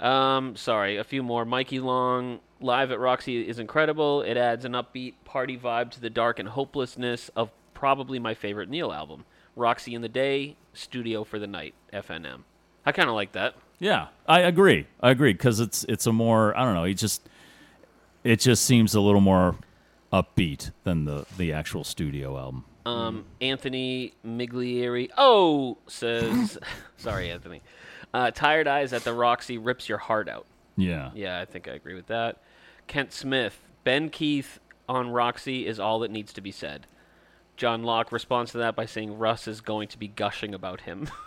Speaker 2: Um, sorry, a few more. Mikey Long live at Roxy is incredible. It adds an upbeat party vibe to the dark and hopelessness of probably my favorite Neil album, Roxy in the Day, Studio for the Night, FNM. I kind of like that.
Speaker 3: Yeah, I agree. I agree because it's it's a more I don't know. It just it just seems a little more upbeat than the the actual studio album.
Speaker 2: Um, Anthony Miglieri. Oh, says, sorry, Anthony. Uh, Tired eyes at the Roxy rips your heart out.
Speaker 3: Yeah,
Speaker 2: Yeah, I think I agree with that. Kent Smith. Ben Keith on Roxy is all that needs to be said. John Locke responds to that by saying Russ is going to be gushing about him.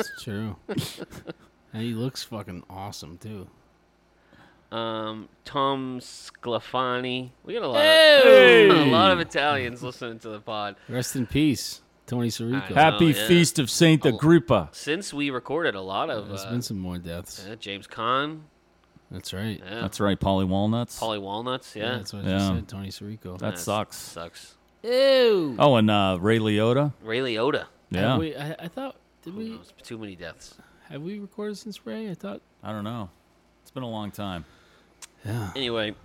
Speaker 4: It's true. and he looks fucking awesome too.
Speaker 2: Um, Tom Sclafani. We got a lot, of, a lot of Italians listening to the pod.
Speaker 4: Rest in peace, Tony Sirico.
Speaker 2: I-
Speaker 3: Happy
Speaker 2: Oh, yeah.
Speaker 3: Feast of Saint Agrippa.
Speaker 2: Since we recorded a lot of
Speaker 4: There's
Speaker 2: uh,
Speaker 4: been some more deaths.
Speaker 2: uh, James Kahn,
Speaker 4: That's right.
Speaker 2: yeah,
Speaker 3: That's right, Polly Walnuts.
Speaker 2: Polly Walnuts, yeah.
Speaker 4: That's what I just
Speaker 3: Yeah.
Speaker 4: said. Tony Sirico.
Speaker 3: that
Speaker 2: That's-
Speaker 3: sucks.
Speaker 2: Sucks.
Speaker 3: Oh, and uh, Ray Liotta.
Speaker 2: Ray Liotta.
Speaker 3: Yeah,
Speaker 4: Wait, I, I thought did
Speaker 2: Who
Speaker 4: we
Speaker 2: knows? Too many deaths.
Speaker 4: have we recorded since Ray? I thought.
Speaker 3: I don't know. It's been a long time.
Speaker 4: Yeah.
Speaker 2: Anyway,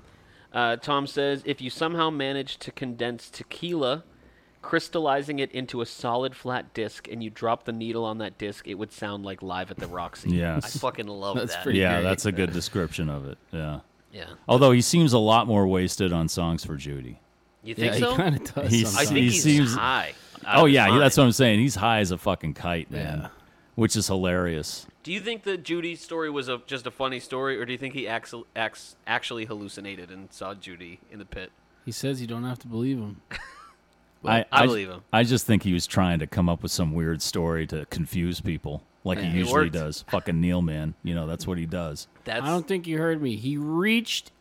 Speaker 2: uh, Tom says if you somehow manage to condense tequila, crystallizing it into a solid flat disc, and you drop the needle on that disc, it would sound like live at the Roxy.
Speaker 3: Yes.
Speaker 2: I fucking love
Speaker 4: That's
Speaker 2: that.
Speaker 4: pretty-
Speaker 3: Yeah,
Speaker 4: great.
Speaker 3: that's a good description of it. Yeah.
Speaker 2: yeah,
Speaker 3: Although he seems a lot more wasted on songs for Judy.
Speaker 2: you think
Speaker 4: Yeah,
Speaker 2: so?
Speaker 4: he kind of does.
Speaker 3: He's-
Speaker 2: I
Speaker 4: sometimes.
Speaker 2: think
Speaker 3: He
Speaker 2: he's
Speaker 3: seems-
Speaker 2: high. out
Speaker 3: Oh
Speaker 2: of his
Speaker 3: yeah, he- that's what
Speaker 2: mind.
Speaker 3: I'm saying. He's high as a fucking kite, man.
Speaker 4: Yeah.
Speaker 3: Which is hilarious.
Speaker 2: Do you think the Judy story was a, just a funny story, or do you think he acts, acts, actually hallucinated and saw Judy in the pit?
Speaker 4: He says you don't have to believe him.
Speaker 2: I believe him.
Speaker 3: I just think he was trying to come up with some weird story to confuse people, like
Speaker 2: Yeah, it
Speaker 3: he usually
Speaker 2: worked.
Speaker 3: does. Fucking Neil, man. You know that's what he does.
Speaker 2: That's
Speaker 4: I don't think you heard me. He reached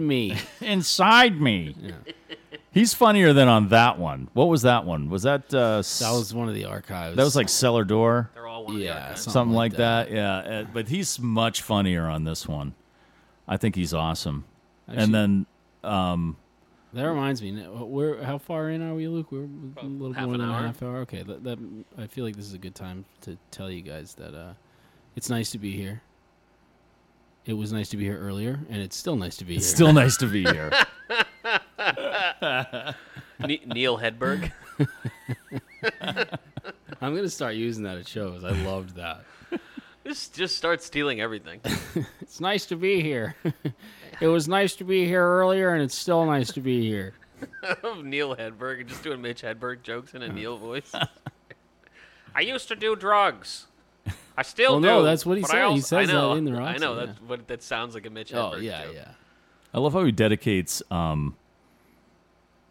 Speaker 4: me.
Speaker 3: Inside me. He's funnier than on that one. What was that one? Was that uh, s-
Speaker 4: that was one of the archives.
Speaker 3: that was like cellar door,
Speaker 2: they're all one of the
Speaker 4: yeah,
Speaker 2: archives.
Speaker 3: something, like that. Yeah, uh, but he's much funnier on this one. I think he's awesome.
Speaker 4: Actually-
Speaker 3: and then
Speaker 4: That reminds me. now, We're how far in are we, Luke? We're a little
Speaker 2: half
Speaker 4: more
Speaker 2: an
Speaker 4: than a
Speaker 2: hour.
Speaker 4: half hour. Okay, that, that I feel like this is a good time to tell you guys that uh, it's nice to be here. It was nice to be here earlier, and it's still nice to be
Speaker 3: It's
Speaker 4: here.
Speaker 3: still nice to be here.
Speaker 2: Ne- Neil Hedberg.
Speaker 4: I'm gonna start using that at shows. I loved that.
Speaker 2: Just just start stealing everything.
Speaker 4: It's nice to be here. it was nice to be here earlier, and it's still nice to be here.
Speaker 2: of Neil Hedberg and just doing Mitch Hedberg jokes in a Neil voice. I used to do drugs. I still
Speaker 4: Well,
Speaker 2: do.
Speaker 4: no, that's what he
Speaker 2: but
Speaker 4: said.
Speaker 2: I
Speaker 4: He
Speaker 2: also,
Speaker 4: says
Speaker 2: I
Speaker 4: that
Speaker 2: know,
Speaker 4: in the
Speaker 2: I know
Speaker 4: Roxy,
Speaker 2: that's what that sounds like a Mitch
Speaker 4: Oh
Speaker 2: Hedberg
Speaker 4: yeah,
Speaker 2: joke.
Speaker 4: yeah.
Speaker 3: I love how he dedicates um,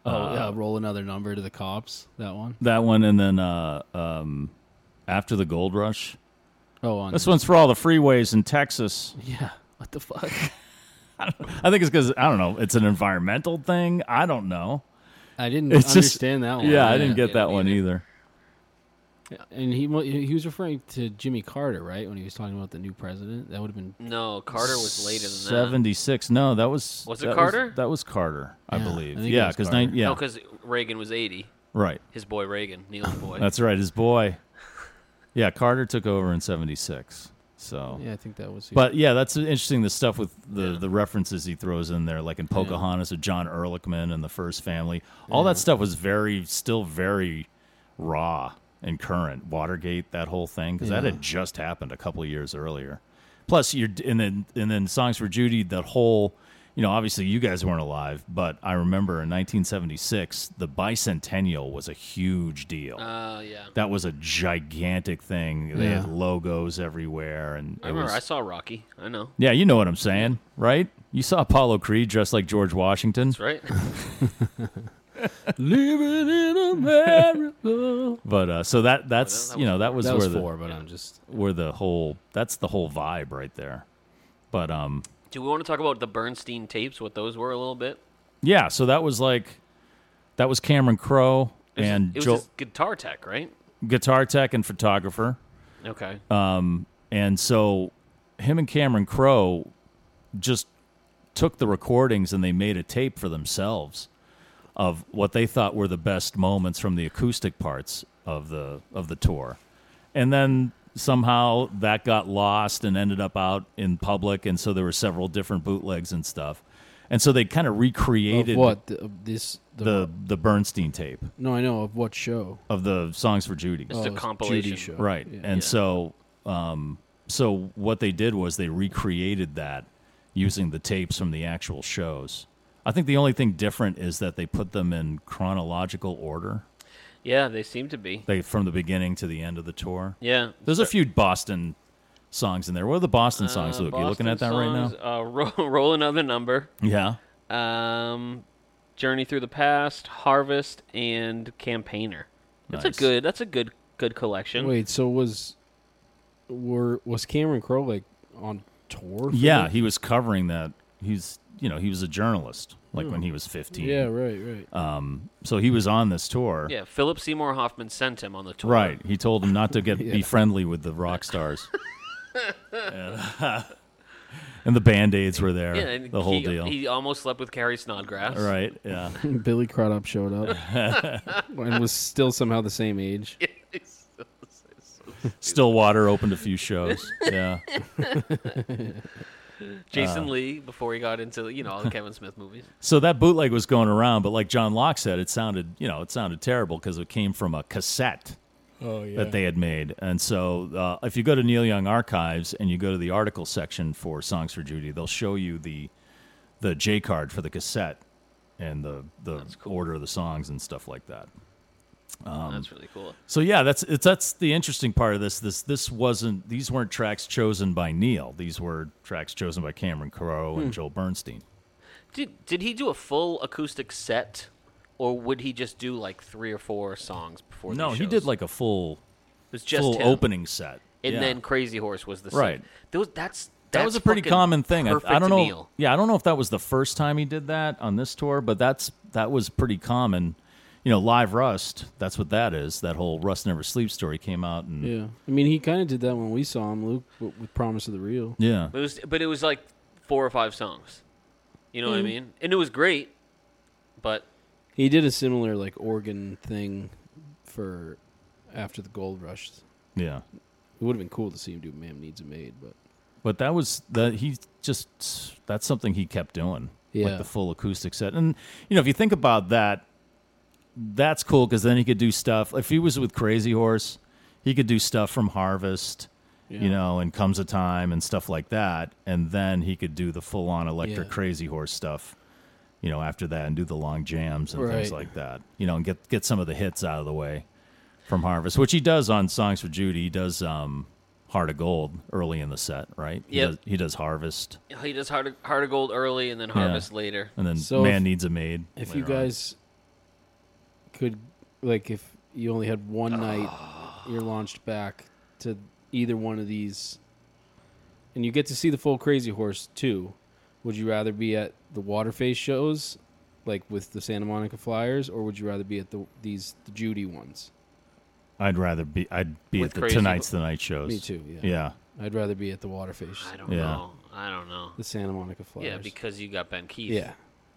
Speaker 4: Oh yeah, roll another number to the cops. That one.
Speaker 3: that one and then uh, um, after the gold rush.
Speaker 4: Oh, on
Speaker 3: This one's for all the freeways in Texas.
Speaker 4: Yeah. What the fuck?
Speaker 3: I think it's because I don't know. It's an environmental thing. I don't know.
Speaker 4: I didn't
Speaker 3: It's just-
Speaker 4: understand that one.
Speaker 3: yeah, I didn't get
Speaker 2: yeah,
Speaker 3: that
Speaker 2: me
Speaker 3: one either.
Speaker 4: And he wa- he was referring to Jimmy Carter, right? When he was talking about the new president, that would have been
Speaker 2: No, Carter was later than that.
Speaker 3: Seventy six. No, that was
Speaker 2: Was it
Speaker 3: that
Speaker 2: Carter?
Speaker 3: that was Carter, I
Speaker 4: Yeah, I
Speaker 3: believe.
Speaker 4: think it
Speaker 3: yeah,
Speaker 4: was
Speaker 3: because
Speaker 4: Carter.
Speaker 3: yeah,
Speaker 2: No, because Reagan was eighty.
Speaker 3: right.
Speaker 2: His boy Reagan, Neil's boy.
Speaker 3: That's right. His boy. Yeah, Carter took over in seventy six. So
Speaker 4: yeah, I think that was.
Speaker 3: But yeah, that's interesting. The stuff with the, the references he throws in there, like in Pocahontas with John Ehrlichman and the First Family, all that stuff was very, still very raw and current. Watergate, that whole thing, because that
Speaker 4: Yeah.
Speaker 3: had just happened a couple of years earlier. Plus, you're and then and then Songs for Judy, that whole, you know, obviously you guys weren't alive, but I remember in 1976, the bicentennial was a huge deal.
Speaker 2: uh, yeah.
Speaker 3: that was a gigantic thing. They had
Speaker 4: Yeah.
Speaker 3: logos everywhere, and
Speaker 2: I
Speaker 3: it
Speaker 2: remember
Speaker 3: was-
Speaker 2: I saw Rocky. I know.
Speaker 3: yeah, you know what I'm saying, right? You saw Apollo Creed dressed like George Washington,
Speaker 2: That's right.
Speaker 4: living in America.
Speaker 3: but uh, so that that's
Speaker 2: that
Speaker 3: you know that was
Speaker 4: that
Speaker 3: where
Speaker 4: was
Speaker 3: the
Speaker 4: four, but I'm just.
Speaker 3: where the whole that's the whole vibe right there. But um,
Speaker 2: Do we want to talk about the Bernstein tapes? What those were a little bit?
Speaker 3: yeah, so that was like that was Cameron Crowe
Speaker 2: It was-
Speaker 3: and
Speaker 2: it was
Speaker 3: Joel,
Speaker 2: just guitar tech, right?
Speaker 3: guitar tech and photographer.
Speaker 2: Okay.
Speaker 4: Uh,
Speaker 3: And so him and Cameron Crowe just took the recordings and they made a tape for themselves of what they thought were the best moments from the acoustic parts of the of the tour. And then somehow that got lost and ended up out in public and so there were several different bootlegs and stuff. And so they kind of
Speaker 4: Of
Speaker 3: recreated
Speaker 4: what the, of this the,
Speaker 3: the the Bernstein tape
Speaker 4: no I know of what show
Speaker 3: of the songs for Judy.
Speaker 2: It's a
Speaker 4: it's
Speaker 2: compilation.
Speaker 4: oh, Judy show
Speaker 3: Right.
Speaker 4: Yeah.
Speaker 3: And so um so what they did was they recreated that using the tapes from the actual shows. I think the only thing different is that they put them in chronological order.
Speaker 2: yeah, they seem to be.
Speaker 3: They from the beginning to the end of the tour.
Speaker 2: Yeah.
Speaker 3: There's a few Boston songs in there. What are the Boston songs,
Speaker 2: Uh,
Speaker 3: Luke? you looking at that
Speaker 2: Boston
Speaker 3: right
Speaker 2: songs, Uh, roll, roll another number.
Speaker 3: now? Yeah.
Speaker 2: Um, Journey through the past, Harvest, and Campaigner. That's
Speaker 3: Nice.
Speaker 2: a good. That's a good good collection.
Speaker 4: wait so was were was Cameron Crowe like on tour for
Speaker 3: Yeah,
Speaker 4: this?
Speaker 3: he was covering that. He's, you know, he was a journalist like
Speaker 2: Hmm.
Speaker 3: when he was 15.
Speaker 4: yeah right right
Speaker 3: Um so he was on this tour.
Speaker 2: Yeah, Philip Seymour Hoffman sent him on the tour.
Speaker 3: Right. He told him not to get be
Speaker 4: Yeah.
Speaker 3: friendly with the rock stars. and, and the band aids were there.
Speaker 2: Yeah, and
Speaker 3: the whole
Speaker 2: he,
Speaker 3: deal.
Speaker 2: He almost slept with Carrie Snodgrass.
Speaker 3: right. Yeah.
Speaker 4: Billy Crudup showed up and was still somehow the same age
Speaker 3: Stillwater opened a few shows. Yeah.
Speaker 2: Jason
Speaker 3: Uh,
Speaker 2: Lee before he got into you know all the Kevin Smith movies.
Speaker 3: So that bootleg was going around, but like John Locke said, it sounded you know it sounded terrible because it came from a cassette.
Speaker 4: oh yeah
Speaker 3: that they had made. And so, uh, if you go to Neil Young Archives and you go to the article section for Songs for Judy, they'll show you the the J card for the cassette and the the order of the songs and stuff like that. Um,
Speaker 2: that's really cool.
Speaker 3: So yeah, that's it's, that's the interesting part of this. This this wasn't these weren't tracks chosen by Neil. These were tracks chosen by Cameron Crowe
Speaker 4: Hmm.
Speaker 3: and Joel Bernstein.
Speaker 2: Did did he do a full acoustic set, or would he just do like three or four songs before?
Speaker 3: No,
Speaker 2: these
Speaker 3: he
Speaker 2: shows?
Speaker 3: did like a full
Speaker 2: it was just
Speaker 3: full
Speaker 2: him.
Speaker 3: opening set.
Speaker 2: and
Speaker 3: Yeah.
Speaker 2: then Crazy Horse was the same.
Speaker 3: Right.
Speaker 2: Those that's,
Speaker 3: that
Speaker 2: that's
Speaker 3: was a pretty
Speaker 2: fucking
Speaker 3: common thing. I, I
Speaker 2: perfect
Speaker 3: don't know.
Speaker 2: meal.
Speaker 3: Yeah, I don't know if that was the first time he did that on this tour, but that's that was pretty common. You know, live Rust. That's what that is. That whole Rust Never Sleeps story came out, and
Speaker 4: yeah I mean he kind of did that when we saw him Luke with, with Promise of the Real
Speaker 3: yeah,
Speaker 2: But it was, but it was like four or five songs. You know
Speaker 4: Hmm.
Speaker 2: what I mean? And it was great, but
Speaker 4: He did a similar like organ thing for after the gold rush.
Speaker 3: yeah.
Speaker 4: It would have been cool to see him do "Ma'am Needs a Maid," but
Speaker 3: But that was that he just that's something he kept doing.
Speaker 4: Yeah.
Speaker 3: Like the full acoustic set. And you know, if you think about that that's cool because then he could do stuff. If he was with Crazy Horse, he could do stuff from Harvest, you know, and Comes a Time and stuff like that. And then he could do the full on electric
Speaker 4: Yeah.
Speaker 3: Crazy Horse stuff, you know, after that and do the long jams and things
Speaker 4: Right.
Speaker 3: like that, you know, and get, get some of the hits out of the way from Harvest, which he does on Songs for Judy. He does um, Heart of Gold early in the set, right? He
Speaker 2: Yep.
Speaker 3: does- He does Harvest
Speaker 2: He does Heart of, Heart of Gold early and then Harvest later.
Speaker 3: and then
Speaker 4: So
Speaker 3: Man
Speaker 4: if-
Speaker 3: Needs a Maid.
Speaker 4: If you
Speaker 3: later on.
Speaker 4: guys could, like, if you only had one night, you're launched back to either one of these, and you get to see the full Crazy Horse too. Would you rather be at the Waterface shows, like with the Santa Monica Flyers, or would you rather be at the these the Judy ones?
Speaker 3: I'd rather be I'd be at
Speaker 2: With
Speaker 3: the
Speaker 2: Crazy
Speaker 3: tonight's the night shows.
Speaker 4: Me too. Yeah.
Speaker 3: Yeah.
Speaker 4: I'd rather be at the Waterface,
Speaker 2: I don't
Speaker 3: Yeah.
Speaker 2: know. I don't know.
Speaker 4: the Santa Monica Flyers.
Speaker 2: Yeah, because you got Ben Keith.
Speaker 4: yeah,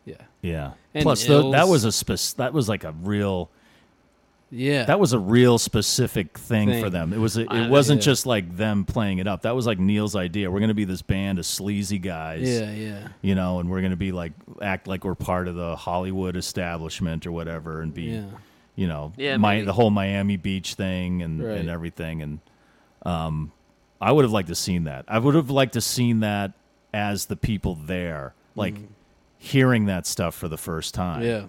Speaker 4: yeah,
Speaker 3: Yeah.
Speaker 4: And
Speaker 3: Plus tho- that
Speaker 4: Ills.
Speaker 3: was a spec- that was like a real
Speaker 4: yeah.
Speaker 3: that was a real specific thing, for
Speaker 4: Thing.
Speaker 3: them. It was a, it
Speaker 2: I-
Speaker 3: wasn't
Speaker 4: yeah.
Speaker 3: just like them playing it up. That was like Neil's idea. We're going to be this band of sleazy guys.
Speaker 4: yeah, yeah.
Speaker 3: You know, and we're going to be like act like we're part of the Hollywood establishment or whatever and be
Speaker 4: Yeah.
Speaker 3: you know,
Speaker 2: Yeah,
Speaker 3: Mi-
Speaker 2: maybe.
Speaker 3: the whole Miami Beach thing and,
Speaker 4: Right.
Speaker 3: and everything. And um, I would have liked to seen that. I would have liked to seen that as the people there, like hearing that stuff for the first time.
Speaker 4: Mm-hmm. Yeah,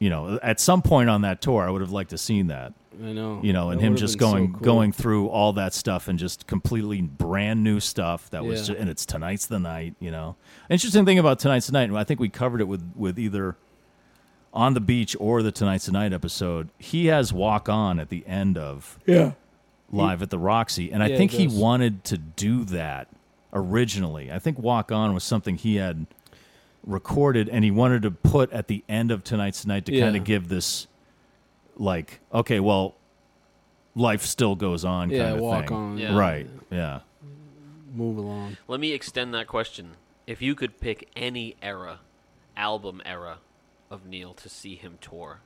Speaker 3: You know, at some point on that tour, I would have liked to seen that.
Speaker 4: I know.
Speaker 3: You know, and
Speaker 4: That
Speaker 3: him
Speaker 4: would've
Speaker 3: just
Speaker 4: been so
Speaker 3: going
Speaker 4: cool.
Speaker 3: going through all that stuff and just completely brand new stuff that was
Speaker 4: Yeah.
Speaker 3: ju- and it's tonight's the night. You know, interesting thing about tonight's the night, and I think we covered it with with either on the beach or the Tonight's Tonight episode, he has walk on at the end of
Speaker 4: Yeah.
Speaker 3: Live at the Roxy, and I
Speaker 4: Yeah,
Speaker 3: think he,
Speaker 4: he does.
Speaker 3: wanted to do that originally. I think walk on was something he had recorded, and he wanted to put at the end of Tonight's Tonight to
Speaker 4: Yeah.
Speaker 3: kind of give this, like, okay, well, life still goes on.
Speaker 4: Yeah,
Speaker 3: kind of
Speaker 4: walk
Speaker 3: thing.
Speaker 4: on.
Speaker 2: Yeah.
Speaker 3: right? Yeah,
Speaker 4: Move along.
Speaker 2: Let me extend that question. If you could pick any era, album era of Neil to see him tour,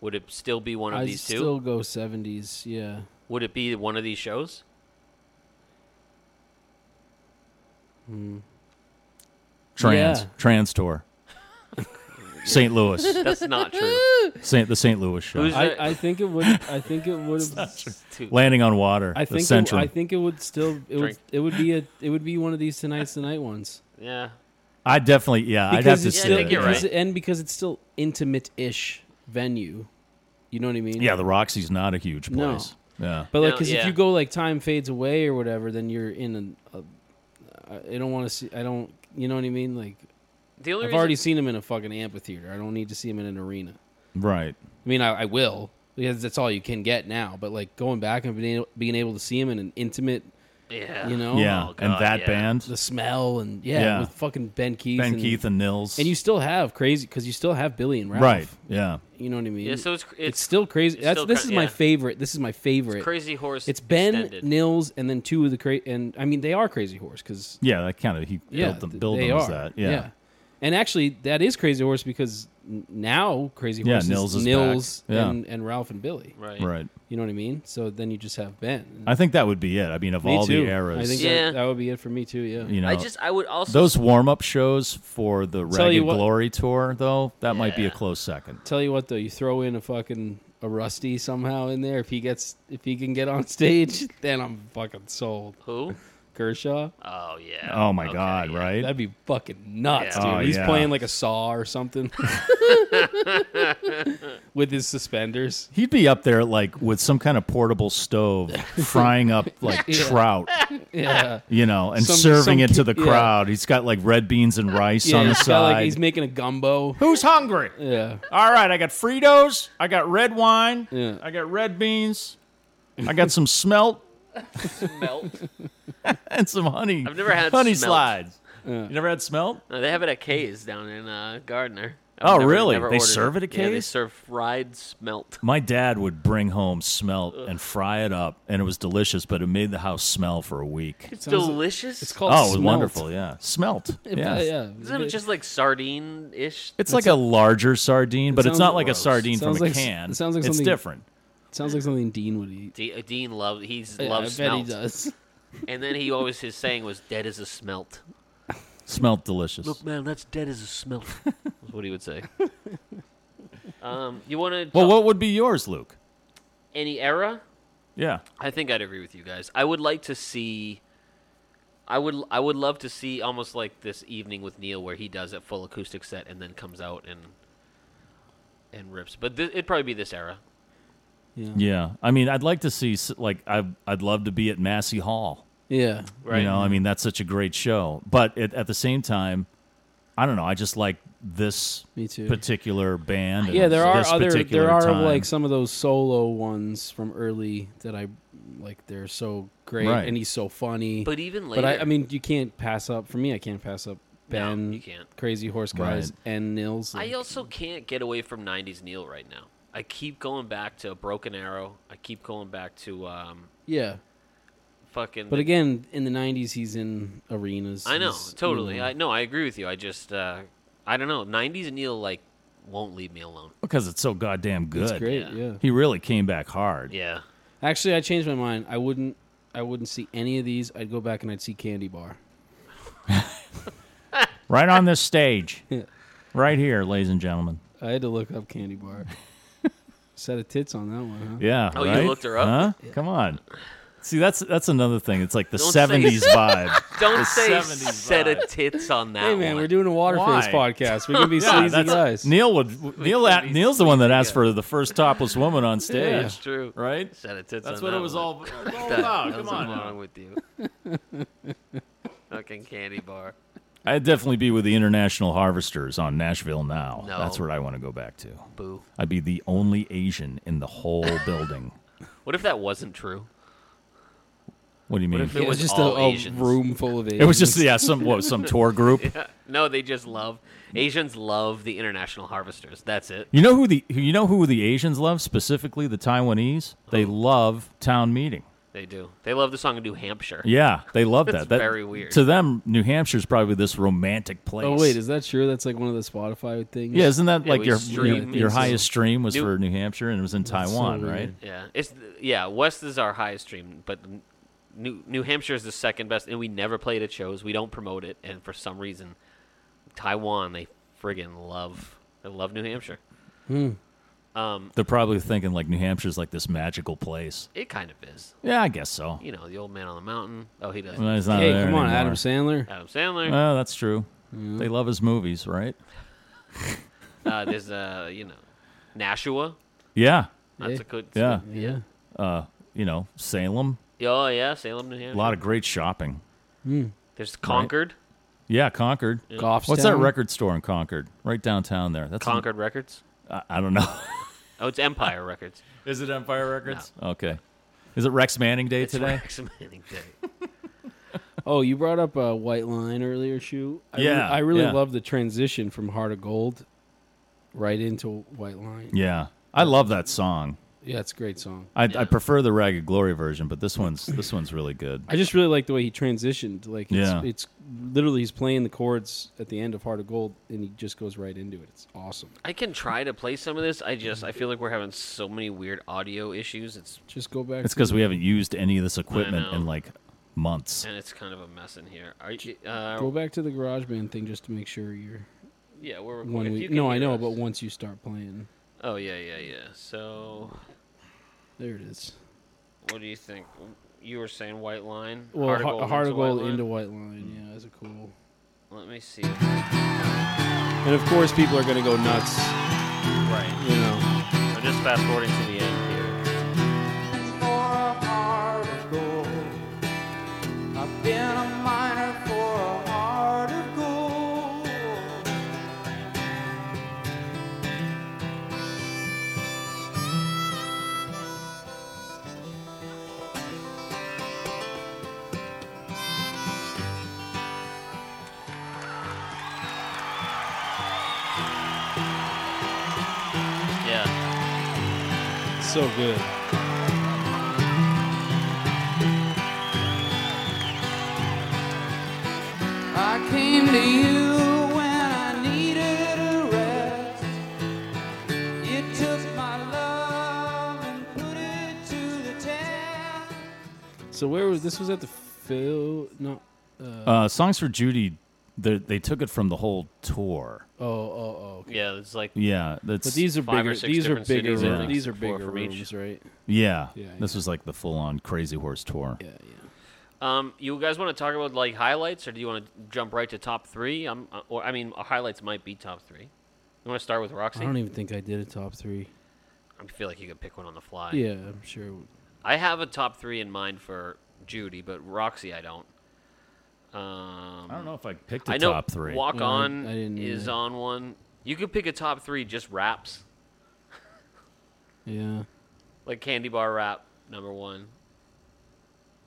Speaker 2: would it still be one of
Speaker 4: I
Speaker 2: these two?
Speaker 4: still go 70s. Yeah.
Speaker 2: Would it be one of these shows?
Speaker 3: trans
Speaker 4: Yeah.
Speaker 3: trans tour, St. Louis,
Speaker 2: That's not true.
Speaker 3: Saint the St. Louis show,
Speaker 2: Who's-
Speaker 4: I, I think it would. I think it would. have.
Speaker 3: landing on water,
Speaker 4: I
Speaker 3: the
Speaker 4: think. It,
Speaker 3: Centrum.
Speaker 4: I think it would still. It would.
Speaker 2: Drink.
Speaker 4: It would be a. It would be one of these tonight's tonight ones.
Speaker 2: Yeah.
Speaker 3: I definitely, yeah, I'd have to
Speaker 4: it's
Speaker 2: Yeah, I
Speaker 3: say,
Speaker 2: think you're
Speaker 4: because-
Speaker 2: right.
Speaker 4: And because it's still intimate-ish venue. You know what I mean?
Speaker 3: yeah, the Roxy's not a huge
Speaker 4: No.
Speaker 3: place. Yeah,
Speaker 4: But like,
Speaker 2: No,
Speaker 4: because
Speaker 2: yeah.
Speaker 4: if you go like time fades away or whatever, then you're in a. a I I don't want to see. I don't. You know what I mean? Like,
Speaker 2: The only
Speaker 4: I've
Speaker 2: reason,
Speaker 4: already seen him in a fucking amphitheater. I don't need to see him in an arena.
Speaker 3: right.
Speaker 4: I mean, I, I will because that's all you can get now. But like going back and being able, being able to see him in an intimate,
Speaker 2: yeah.
Speaker 4: you know,
Speaker 3: yeah,
Speaker 2: Oh,
Speaker 3: and
Speaker 2: God,
Speaker 3: that
Speaker 2: yeah.
Speaker 3: band,
Speaker 4: the smell and yeah,
Speaker 3: Yeah.
Speaker 4: with fucking Ben Keith,
Speaker 3: Ben
Speaker 4: and,
Speaker 3: Keith and Nils,
Speaker 4: and you still have crazy because you still have Billy and Ralph,
Speaker 3: right? Yeah,
Speaker 4: You know what I mean?
Speaker 2: Yeah, so it's it's,
Speaker 4: still crazy.
Speaker 2: it's
Speaker 4: That's
Speaker 2: still
Speaker 4: this
Speaker 2: cra-
Speaker 4: is my
Speaker 2: yeah.
Speaker 4: favorite. This is my favorite. It's,
Speaker 2: Crazy Horse.
Speaker 4: Ben
Speaker 2: extended.
Speaker 4: Nils and then two of the crazy, and I mean they are Crazy Horse because
Speaker 3: yeah. That kind of he
Speaker 4: yeah,
Speaker 3: built them,
Speaker 4: th-
Speaker 3: built
Speaker 4: they
Speaker 3: them as
Speaker 4: are.
Speaker 3: that. Yeah,
Speaker 4: And actually, that is Crazy Horse because n- now Crazy
Speaker 3: Yeah,
Speaker 4: Horse
Speaker 3: Nils is
Speaker 4: is
Speaker 3: back.
Speaker 4: Nils
Speaker 3: Yeah.
Speaker 4: and, and Ralph and Billy.
Speaker 2: Right.
Speaker 3: right.
Speaker 4: You know what I mean? So then you just have Ben.
Speaker 3: I think that would be it. I mean, of all the eras,
Speaker 4: I think
Speaker 2: Yeah.
Speaker 4: that, that would be it for me too. Yeah.
Speaker 3: you know,
Speaker 2: I just I would also
Speaker 3: those warm up shows for the
Speaker 4: Tell you
Speaker 3: Ragged
Speaker 4: what-
Speaker 3: Glory tour, though, that might be a
Speaker 2: Yeah.
Speaker 3: close second.
Speaker 4: Tell you what though, you throw in a fucking a Rusty somehow in there. If he gets, if he can get on stage, then I'm fucking sold.
Speaker 2: who?
Speaker 4: Kershaw,
Speaker 2: Oh yeah.
Speaker 3: Oh my
Speaker 2: Okay,
Speaker 3: God,
Speaker 2: yeah.
Speaker 3: right?
Speaker 4: that'd be fucking nuts,
Speaker 2: Yeah.
Speaker 4: dude.
Speaker 3: Oh,
Speaker 4: He's
Speaker 3: yeah.
Speaker 4: playing like a saw or something with his suspenders.
Speaker 3: He'd be up there like with some kind of portable stove, frying up like
Speaker 4: Yeah.
Speaker 3: trout,
Speaker 4: Yeah,
Speaker 3: you know, and
Speaker 4: Some-
Speaker 3: serving
Speaker 4: some
Speaker 3: it to
Speaker 4: ki-
Speaker 3: the
Speaker 4: yeah.
Speaker 3: crowd. He's got like red beans and rice
Speaker 4: yeah.
Speaker 3: on the
Speaker 4: he's got,
Speaker 3: side.
Speaker 4: like he's making a gumbo.
Speaker 3: Who's hungry?
Speaker 4: Yeah,
Speaker 3: All right, I got Fritos. I got red wine.
Speaker 4: Yeah.
Speaker 3: I got red beans. I got some smelt
Speaker 2: Melt.
Speaker 3: and some honey.
Speaker 2: I've never had
Speaker 3: honey
Speaker 2: smelt.
Speaker 3: slides. You never had smelt?
Speaker 2: No, they have it at K's down in uh, Gardner. I've
Speaker 3: Oh,
Speaker 2: never-
Speaker 3: really?
Speaker 2: never
Speaker 3: They
Speaker 2: ordered
Speaker 3: serve it at
Speaker 2: Yeah, they
Speaker 3: K's?
Speaker 2: serve fried smelt.
Speaker 3: My dad would bring home smelt and fry it up, and it was delicious, but it made the house smell for a week.
Speaker 2: It's delicious.
Speaker 4: it's called.
Speaker 3: oh, it was
Speaker 4: smelt.
Speaker 3: wonderful. Yeah, smelt. yeah.
Speaker 4: Yeah, yeah.
Speaker 2: Isn't it just like sardine ish?
Speaker 3: It's like a, larger sardine, but it's
Speaker 4: sounds
Speaker 3: not like a
Speaker 4: gross.
Speaker 3: sardine from
Speaker 4: Sounds
Speaker 3: a
Speaker 4: like s-
Speaker 3: can.
Speaker 4: it sounds like
Speaker 3: it's
Speaker 4: something-
Speaker 3: different.
Speaker 4: sounds like something Dean would eat.
Speaker 2: uh, Dean loves he's
Speaker 4: Yeah,
Speaker 2: loves
Speaker 4: I bet he
Speaker 2: smelt.
Speaker 4: does.
Speaker 2: And then he always his saying was dead as a smelt.
Speaker 3: Smelt delicious.
Speaker 2: Look, man, that's dead as a smelt. was what he would say. Um, you want to
Speaker 3: Well, what would be yours, Luke?
Speaker 2: any era?
Speaker 3: Yeah.
Speaker 2: I think I'd agree with you guys. I would like to see. I would I would love to see almost like this evening with Neil, where he does a full acoustic set and then comes out and and rips. But th- it'd probably be this era.
Speaker 3: Yeah. I mean, I'd like to see s- like I I'd love to be at Massey Hall.
Speaker 4: Yeah.
Speaker 2: Right.
Speaker 3: You know, I mean, that's such a great show. But at at the same time, I don't know. I just like this
Speaker 4: Me too.
Speaker 3: particular band. and
Speaker 4: Yeah, there are
Speaker 3: this
Speaker 4: other
Speaker 3: particular
Speaker 4: there are
Speaker 3: time.
Speaker 4: like some of those solo ones from early that I like they're so great
Speaker 3: Right.
Speaker 4: and he's so funny.
Speaker 2: But even
Speaker 4: But I, I
Speaker 2: later.
Speaker 4: mean you can't pass up for me I can't pass up
Speaker 2: No,
Speaker 4: Ben
Speaker 2: you can't.
Speaker 4: Crazy Horse Guys
Speaker 3: Right.
Speaker 4: and Nils.
Speaker 2: I
Speaker 4: like-
Speaker 2: also can't get away from '90s Neil right now. I keep going back to Broken Arrow. I keep going back to um,
Speaker 4: yeah.
Speaker 2: fucking.
Speaker 4: But
Speaker 2: the-
Speaker 4: again, in the nineties he's in arenas.
Speaker 2: I know
Speaker 4: he's, you
Speaker 2: totally.
Speaker 4: know.
Speaker 2: I no, I agree with you. I just uh, I don't know. '90s Neil like won't leave me alone.
Speaker 3: because it's so goddamn good.
Speaker 4: it's great,
Speaker 2: yeah.
Speaker 4: yeah.
Speaker 3: He really came back hard.
Speaker 2: Yeah.
Speaker 4: Actually I changed my mind. I wouldn't I wouldn't see any of these. I'd go back and I'd see Candy Bar.
Speaker 3: Right on this stage.
Speaker 4: Yeah.
Speaker 3: right here, ladies and gentlemen.
Speaker 4: I had to look up Candy Bar. Set of tits on that one, huh?
Speaker 3: Yeah.
Speaker 2: Oh, you
Speaker 3: right?
Speaker 2: looked her up?
Speaker 3: Huh? Come on. See, that's that's another thing. It's like the
Speaker 2: Don't say-
Speaker 3: 70s vibe.
Speaker 2: Don't
Speaker 3: The
Speaker 2: say
Speaker 3: 70s
Speaker 2: set
Speaker 3: vibe.
Speaker 2: of tits on that
Speaker 4: Hey man,
Speaker 2: one.
Speaker 4: we're doing a waterface
Speaker 3: Why?
Speaker 4: podcast. We're gonna be
Speaker 3: Yeah,
Speaker 4: sleazy
Speaker 3: that's-
Speaker 4: guys.
Speaker 3: Neil would Neil a-
Speaker 2: be
Speaker 3: Neil's the one that
Speaker 2: sleazy
Speaker 3: asked for the first topless woman on stage,
Speaker 2: That's true.
Speaker 3: right?
Speaker 2: Set of tits
Speaker 3: That's
Speaker 2: on
Speaker 3: what
Speaker 2: that
Speaker 3: it was
Speaker 2: one.
Speaker 3: all, it was all
Speaker 2: That-
Speaker 3: about. Come
Speaker 2: nothing
Speaker 3: on. now.
Speaker 2: wrong with you. Fucking candy bar.
Speaker 3: I'd definitely be with the International Harvesters on Nashville now.
Speaker 2: No.
Speaker 3: That's what I want to go back to.
Speaker 2: Boo.
Speaker 3: I'd be the only Asian in the whole building.
Speaker 2: What if that wasn't true?
Speaker 3: What do you mean?
Speaker 2: if it was
Speaker 4: just
Speaker 2: all
Speaker 4: a, a
Speaker 2: Asians.
Speaker 4: room full of Asians.
Speaker 3: It was just yeah, some what, some tour group.
Speaker 2: No, they just love Asians love the international harvesters. That's it.
Speaker 3: You know who the who- you know who the Asians love specifically the Taiwanese. They love town meeting.
Speaker 2: They do. They love the song in New Hampshire.
Speaker 3: Yeah, they love that.
Speaker 2: That's
Speaker 3: That-
Speaker 2: very weird.
Speaker 3: To them, New Hampshire's probably this romantic place.
Speaker 4: Oh wait, is that sure? That's like one of the Spotify things.
Speaker 3: yeah, isn't that
Speaker 2: Yeah,
Speaker 3: like
Speaker 2: we
Speaker 3: your
Speaker 2: stream
Speaker 3: your, your
Speaker 2: is-
Speaker 3: highest stream was
Speaker 2: New-
Speaker 3: for New Hampshire and it was in
Speaker 4: so
Speaker 3: Taiwan,
Speaker 4: weird.
Speaker 3: right?
Speaker 2: Yeah. It's yeah, West is our highest stream, but New New Hampshire is the second best and we never played at shows. We don't promote it and for some reason Taiwan they friggin' love they love New Hampshire. Um
Speaker 3: They're probably thinking like New Hampshire's like this magical place.
Speaker 2: It kind of is.
Speaker 3: Yeah, I guess so.
Speaker 2: You know, the old man on the mountain. Oh, he doesn't.
Speaker 3: Well, it's not
Speaker 4: Hey,
Speaker 3: there
Speaker 4: come on,
Speaker 3: anymore.
Speaker 4: Adam Sandler.
Speaker 2: Adam Sandler.
Speaker 3: Oh, that's true. They love his movies, right?
Speaker 2: Uh, there's uh, you know, Nashua.
Speaker 3: Yeah,
Speaker 2: That's
Speaker 4: Yeah.
Speaker 2: a good.
Speaker 3: yeah.
Speaker 4: Yeah.
Speaker 3: Uh, you know, Salem.
Speaker 2: Oh yeah, Salem, New
Speaker 3: A
Speaker 2: Hampshire.
Speaker 3: lot of great shopping.
Speaker 2: There's Concord.
Speaker 3: Yeah, Concord.
Speaker 4: Goffstown.
Speaker 3: What's that record store in Concord? Right downtown there. That's
Speaker 2: Concord Records.
Speaker 3: I, I don't know.
Speaker 2: Oh, it's Empire Records.
Speaker 3: Is it Empire Records? Okay. Is it Rex Manning Day
Speaker 2: It's
Speaker 3: today?
Speaker 2: Rex Manning Day.
Speaker 4: Oh, you brought up uh, White Line earlier, Shu. I re-
Speaker 3: Yeah,
Speaker 4: I really
Speaker 3: yeah.
Speaker 4: love the transition from Heart of Gold right into White Line. Yeah,
Speaker 3: Yeah, I love that song.
Speaker 4: it's a great song.
Speaker 3: I, I prefer the Ragged Glory version, but this one's this one's really good.
Speaker 4: I just really like the way he transitioned. Like, it's,
Speaker 3: Yeah.
Speaker 4: it's literally he's playing the chords at the end of Heart of Gold, and he just goes right into it. It's awesome.
Speaker 2: I can try to play some of this.
Speaker 4: Mm-hmm.
Speaker 2: I just I feel like we're having so many weird audio issues. It's
Speaker 4: Just go back.
Speaker 3: It's
Speaker 4: to-
Speaker 3: because we haven't used any of this equipment
Speaker 2: know.
Speaker 3: in like months.
Speaker 2: and it's kind of a mess in here. Are you? Uh,
Speaker 4: go back to the Garage Band thing just to make sure you're
Speaker 2: yeah, we're recording.
Speaker 4: one
Speaker 2: If you
Speaker 4: week.
Speaker 2: can
Speaker 4: No, I
Speaker 2: hear
Speaker 4: know,
Speaker 2: us.
Speaker 4: but once you start playing,
Speaker 2: Oh yeah, yeah, yeah. So,
Speaker 4: there it is.
Speaker 2: what do you think? You were saying White Line.
Speaker 4: Well,
Speaker 2: Heart
Speaker 4: Heart
Speaker 2: of Gold
Speaker 4: Heart
Speaker 2: into
Speaker 4: of Gold
Speaker 2: Line? Mm.
Speaker 4: into White Line. Yeah, that's a cool.
Speaker 2: Let me see. if-
Speaker 4: And of course, people are gonna go nuts.
Speaker 2: Right.
Speaker 4: You know,
Speaker 2: I'm just fast forwarding to the end here.
Speaker 6: for a heart of gold. I've been a miner for a heart of gold.
Speaker 2: Yeah.
Speaker 4: it's so good.
Speaker 6: I came to you when I needed a rest. You took my love and put it to the test.
Speaker 4: So where was this? Was at the Phil? No,
Speaker 3: Uh, Songs for Judy they they took it from the whole tour.
Speaker 4: Oh, oh, oh. okay.
Speaker 2: Yeah, it's like
Speaker 3: Yeah, that's
Speaker 4: But these are
Speaker 2: Five or
Speaker 4: bigger.
Speaker 2: six
Speaker 4: These are
Speaker 2: different
Speaker 4: bigger.
Speaker 2: cities, I
Speaker 4: room-
Speaker 3: think,
Speaker 4: These are
Speaker 2: four
Speaker 4: bigger
Speaker 2: from each.
Speaker 4: rooms, right?
Speaker 3: yeah.
Speaker 4: Yeah,
Speaker 3: This
Speaker 4: yeah.
Speaker 3: was like the full on Crazy Horse tour.
Speaker 4: Yeah, yeah.
Speaker 2: Um, you guys want to talk about like highlights, or do you want to jump right to top three? Um, or I mean, highlights might be top three. You want to start with Roxy?
Speaker 4: I don't even think I did a top three.
Speaker 2: I feel like you could pick one on the fly.
Speaker 4: Yeah, I'm sure. it would-
Speaker 2: I have a top three in mind for Judy, but Roxy, I don't. Um,
Speaker 3: I don't know if I picked a
Speaker 2: I know
Speaker 3: top three.
Speaker 2: Walk
Speaker 4: Yeah, I-
Speaker 2: on
Speaker 4: I didn't
Speaker 2: is
Speaker 4: either.
Speaker 2: on one. You could pick a top three just raps,
Speaker 4: Yeah.
Speaker 2: like Candy Bar rap number one,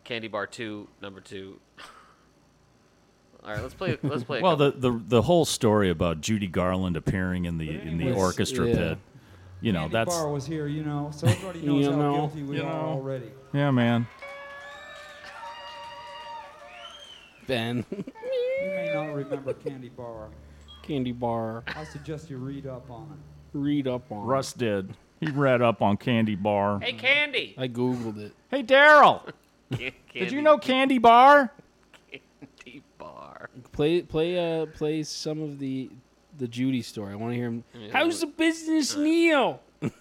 Speaker 2: Candy Bar two number two. All right, let's play. Let's play. a
Speaker 3: well,
Speaker 2: couple-
Speaker 3: the, the the whole story about Judy Garland appearing in the in the
Speaker 7: was-
Speaker 3: orchestra
Speaker 4: yeah.
Speaker 3: pit. You know,
Speaker 7: Andy
Speaker 3: that's
Speaker 7: Barr was here, you know, so everybody knows
Speaker 4: You
Speaker 7: how
Speaker 4: know,
Speaker 7: guilty we
Speaker 3: you
Speaker 7: are
Speaker 3: know.
Speaker 7: already.
Speaker 3: yeah, man.
Speaker 4: Ben,
Speaker 7: You may not remember Candy Bar.
Speaker 4: candy bar.
Speaker 7: I suggest you read up on it.
Speaker 4: Read up on.
Speaker 3: Russ did. He read up on Candy Bar.
Speaker 2: hey, Candy.
Speaker 4: it. I googled it.
Speaker 3: Hey, Daryl, did you know Candy Bar?
Speaker 2: Candy Bar?
Speaker 4: Play, play, uh, play some of the the Judy story. I want to hear him.
Speaker 2: How's
Speaker 4: the business, Neil?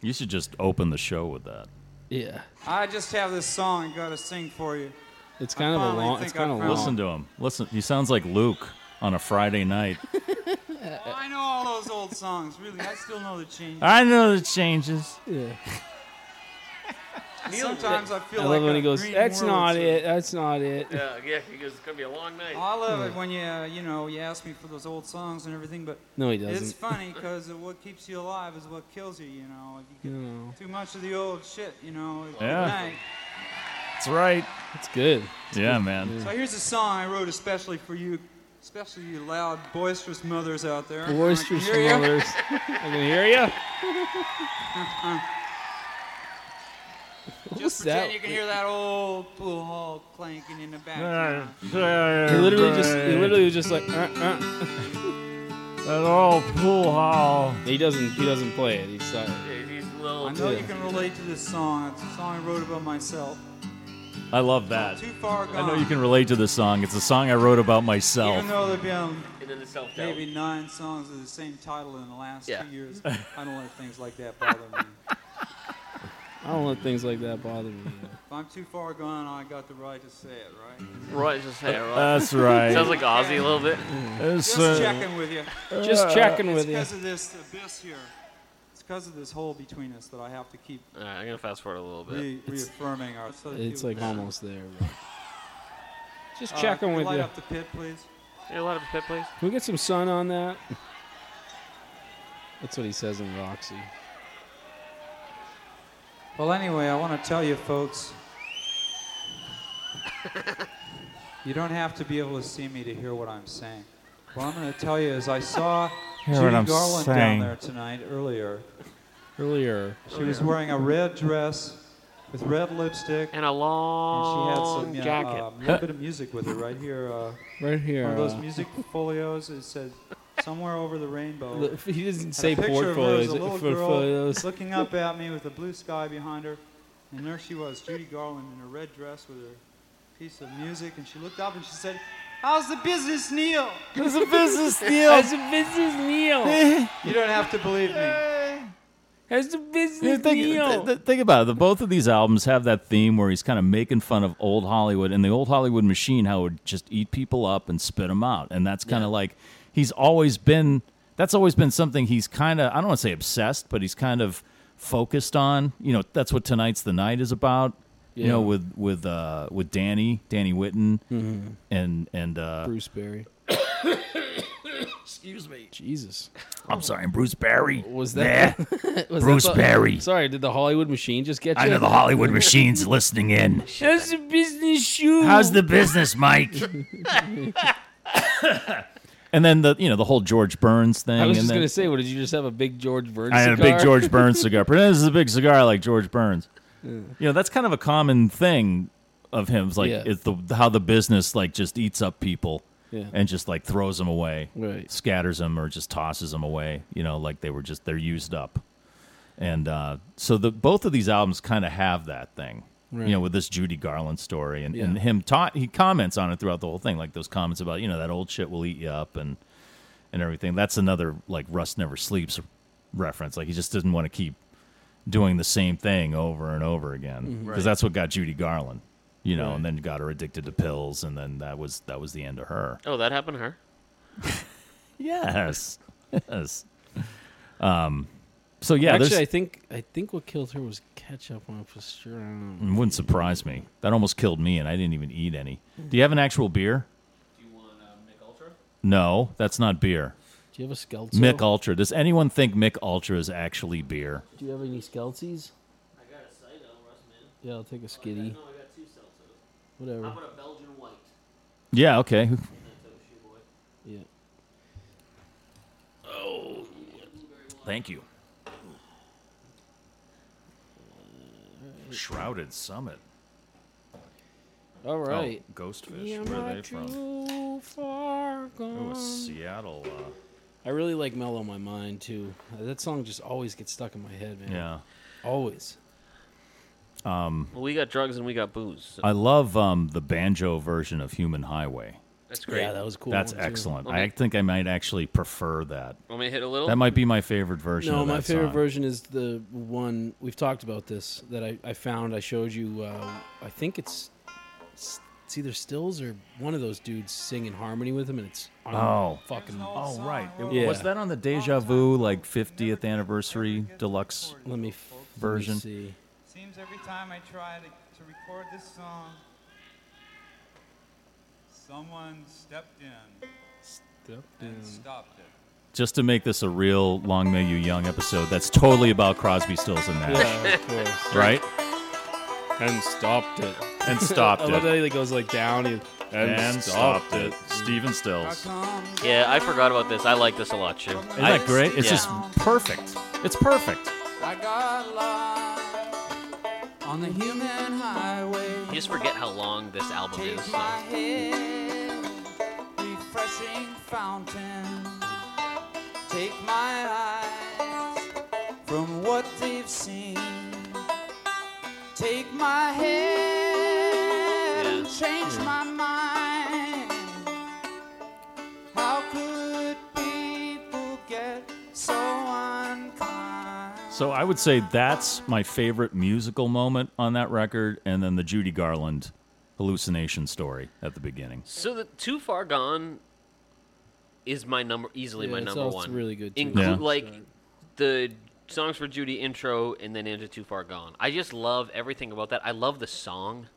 Speaker 3: You should just open the show with that.
Speaker 4: Yeah,
Speaker 7: I just have this song I gotta sing for you.
Speaker 4: it's kind of a
Speaker 7: finally
Speaker 4: long.
Speaker 7: think
Speaker 4: It's kind
Speaker 7: I
Speaker 4: of
Speaker 7: found-
Speaker 4: long.
Speaker 3: Listen to him. Listen, he sounds like Luke on a Friday night.
Speaker 4: Uh,
Speaker 7: Oh, I know all those old songs, really. I still know the change.
Speaker 3: I know the changes.
Speaker 4: Yeah.
Speaker 7: Sometimes I feel
Speaker 4: I
Speaker 7: like
Speaker 4: love when
Speaker 7: a
Speaker 4: he goes.
Speaker 7: green
Speaker 4: That's
Speaker 7: world
Speaker 4: not
Speaker 7: to-
Speaker 4: it. That's not it.
Speaker 2: Yeah, yeah. He goes, it's gonna be a long night.
Speaker 7: I love it when you, uh, you know, you ask me for those old songs and everything, but
Speaker 4: No, he
Speaker 7: it's
Speaker 4: doesn't.
Speaker 7: funny because what keeps you alive is what kills you, you know. If you get
Speaker 4: No,
Speaker 7: too much of the old shit, you know, it's
Speaker 3: Yeah.
Speaker 7: night.
Speaker 3: That's right.
Speaker 4: it's good.
Speaker 3: Yeah, man.
Speaker 7: So here's a song I wrote especially for you, especially you loud, boisterous mothers out there.
Speaker 4: Boisterous
Speaker 7: Can I hear ya?
Speaker 4: mothers. I can hear you. What was
Speaker 7: Just pretend
Speaker 4: that?
Speaker 7: you can hear that old pool hall clanking in the background.
Speaker 4: He literally just, he literally was just like, uh, uh.
Speaker 3: That old pool hall.
Speaker 4: he doesn't, he doesn't play it. He's silent.
Speaker 2: Yeah, he's a
Speaker 7: I
Speaker 2: little.
Speaker 7: know you can relate to this song. It's a song I wrote about myself.
Speaker 3: I love that.
Speaker 7: Too far
Speaker 3: I
Speaker 7: gone.
Speaker 3: know you can relate to this song. It's a song I wrote about myself.
Speaker 7: Even though there've been
Speaker 2: And then the self doubt.
Speaker 7: maybe nine songs of the same title in the last
Speaker 2: Yeah.
Speaker 7: two years, I don't let things like that bother me.
Speaker 4: I don't let things like that bother me.
Speaker 7: If I'm too far gone, I got the right to say it, right?
Speaker 3: Mm-hmm.
Speaker 2: Right, just say it, right.
Speaker 3: That's right.
Speaker 2: Uh, Sounds like Ozzy a little bit.
Speaker 3: It's,
Speaker 7: Just
Speaker 3: uh,
Speaker 7: checking with you.
Speaker 4: Just checking
Speaker 7: Uh, It's
Speaker 4: with you.
Speaker 7: because of this abyss here. It's because of this hole between us that I have to keep
Speaker 2: All right, I'm gonna fast forward a little bit.
Speaker 7: re- reaffirming our. So that
Speaker 4: It's
Speaker 7: you-
Speaker 4: like almost there. Bro. Just
Speaker 7: Uh,
Speaker 4: checking
Speaker 7: can
Speaker 4: with
Speaker 7: light
Speaker 4: you.
Speaker 7: up the pit, please.
Speaker 2: Hey, a lot of pit, please.
Speaker 4: Can we get some sun on that? That's what he says in Roxy.
Speaker 7: Well, anyway, I want to tell you folks. you don't have to be able to see me to hear what I'm saying. What I'm going to tell you is I saw
Speaker 3: what
Speaker 7: Judy
Speaker 3: I'm
Speaker 7: Garland
Speaker 3: saying.
Speaker 7: down there tonight earlier.
Speaker 4: Earlier,
Speaker 7: She was wearing a red dress with red lipstick.
Speaker 2: And a long
Speaker 7: and she had some you know,
Speaker 2: jacket.
Speaker 7: uh, little bit of music with her right here. Uh,
Speaker 4: right here.
Speaker 7: one of those
Speaker 4: uh,
Speaker 7: music folios. It said somewhere over the rainbow.
Speaker 4: the- he doesn't
Speaker 7: Had a
Speaker 4: say
Speaker 7: picture of her as
Speaker 4: portfolios.
Speaker 7: a
Speaker 4: it-
Speaker 7: little girl
Speaker 4: Portfolios.
Speaker 7: looking up at me with the blue sky behind her. And there she was, Judy Garland in a red dress with her piece of music. And she looked up and she said, How's the business, Neil?
Speaker 3: It's a business deal.
Speaker 4: the business Neil?
Speaker 7: You don't have to believe me.
Speaker 4: How's the business
Speaker 3: Yeah, think, th- th- think about it. The, both of these albums have that theme where he's kind of making fun of old Hollywood and the old Hollywood machine, how it would just eat people up and spit them out. And that's kind of like he's always been. That's always been something he's kind of. I don't want to say obsessed, but he's kind of focused on. You know, that's what tonight's the night is about. You know,
Speaker 4: Yeah. Mm-hmm.
Speaker 3: with with uh, with Danny, Danny Whitten, and and uh,
Speaker 4: Bruce Berry.
Speaker 2: Excuse me.
Speaker 4: Jesus.
Speaker 3: I'm sorry, Bruce Barry.
Speaker 4: Was that-
Speaker 3: Nah,
Speaker 4: Was that
Speaker 3: Bruce
Speaker 4: the-
Speaker 3: Berry.
Speaker 4: Sorry, did the Hollywood machine just get you?
Speaker 3: I know the Hollywood machine's listening in.
Speaker 4: How's the business shoe?
Speaker 3: How's the business, Mike? and then the you know the whole George Burns thing.
Speaker 4: I was
Speaker 3: and
Speaker 4: just
Speaker 3: then,
Speaker 4: gonna say, what did you just have a big George Burns?
Speaker 3: I had a big
Speaker 4: cigar?
Speaker 3: George Burns cigar. But this is a big cigar I like George Burns. You know that's kind of a common thing of him. It's like
Speaker 4: Yeah.
Speaker 3: it's the how the business like just eats up people
Speaker 4: Yeah.
Speaker 3: and just like throws them away,
Speaker 4: Right.
Speaker 3: scatters them or just tosses them away. You know, like they were just they're used up. And uh, so the both of these albums kind of have that thing.
Speaker 4: Right.
Speaker 3: you know, with this Judy Garland story, and, and
Speaker 4: Yeah.
Speaker 3: him taught he comments on it throughout the whole thing, like those comments about you know that old shit will eat you up and and everything. That's another like Rust never sleeps reference. Like he just didn't want to keep doing the same thing over and over again because
Speaker 4: Mm-hmm.
Speaker 2: Right.
Speaker 3: that's what got Judy Garland, you know, and then got her addicted to pills, and then that was that was the end of her.
Speaker 2: Oh, that happened to her.
Speaker 3: Yes, yes. Um, so yeah,
Speaker 4: Actually,
Speaker 3: there's-
Speaker 4: I think I think what killed her was ketchup on pastrami.
Speaker 3: It wouldn't surprise me. That almost killed me, and I didn't even eat any.
Speaker 4: Hmm.
Speaker 3: Do you have an actual beer? Do you want uh, Mick Ultra? No, that's not beer.
Speaker 4: Do you have a skelter?
Speaker 3: Mick Ultra. Does anyone think Mick Ultra is actually beer?
Speaker 4: Do you have any skelties? Yeah, I'll take a skitty. Whatever.
Speaker 2: a Belgian white.
Speaker 3: Yeah, okay.
Speaker 4: Yeah.
Speaker 3: Thank you. Shrouded Summit.
Speaker 4: All right.
Speaker 3: Oh, Ghostfish. Where are they from?
Speaker 4: Too far
Speaker 3: Oh, a
Speaker 4: gone.
Speaker 3: Seattle. Uh,
Speaker 4: I really like Mellow My Mind too. Uh, That song just always gets stuck in my head, man.
Speaker 3: yeah.
Speaker 4: Always.
Speaker 2: Well, we got drugs and we got booze. So
Speaker 3: I love um, the banjo version of Human Highway.
Speaker 2: that's great.
Speaker 4: Yeah, that was a cool.
Speaker 3: That's
Speaker 4: one, too.
Speaker 3: excellent.
Speaker 2: Let me-
Speaker 3: I think I might actually prefer that.
Speaker 2: Want me to hit a little?
Speaker 3: That might be my favorite version.
Speaker 4: No,
Speaker 3: of
Speaker 4: my
Speaker 3: that
Speaker 4: favorite
Speaker 3: song.
Speaker 4: version is the one we've talked about this that I, I found. I showed you. Uh, I think it's it's it's either Stills or one of those dudes sing in harmony with him, and it's on
Speaker 3: Oh.
Speaker 4: fucking.
Speaker 3: Oh right, It-
Speaker 4: Yeah.
Speaker 3: was that on the Deja Vu like 50th anniversary deluxe?
Speaker 4: Let me f- let me
Speaker 3: Version.
Speaker 4: see.
Speaker 7: Seems every time I try to, to record this song, someone stepped in and stopped it.
Speaker 3: Just to make this a real Long May You Young episode, that's totally about Crosby, Stills, and Nash,
Speaker 4: Yeah, of course.
Speaker 3: right?
Speaker 4: And stopped it.
Speaker 3: And stopped
Speaker 4: I love
Speaker 3: it.
Speaker 4: that it goes like down. And,
Speaker 3: And stopped it. Steven Stills. Isn't
Speaker 2: yeah, I forgot about this. I like this a lot, too.
Speaker 3: that great? It's
Speaker 2: Yeah.
Speaker 3: just perfect. It's perfect.
Speaker 6: I got lost on the human highway.
Speaker 2: You just forget how long this album is.
Speaker 6: Take
Speaker 2: So.
Speaker 6: my head, refreshing fountain. Take my eyes from what they've seen. Take my head and
Speaker 2: Yeah.
Speaker 6: change my mind. How could people get so unkind?
Speaker 3: So I would say that's my favorite musical moment on that record, and then the Judy Garland hallucination story at the beginning.
Speaker 2: So the Too Far Gone is my number easily
Speaker 4: Yeah,
Speaker 2: my
Speaker 4: it's
Speaker 2: number
Speaker 4: also
Speaker 2: one.
Speaker 4: really good, too.
Speaker 2: Inclu-
Speaker 3: Yeah.
Speaker 2: like the songs for Judy intro and then into Too Far Gone. I just love everything about that. I love the song.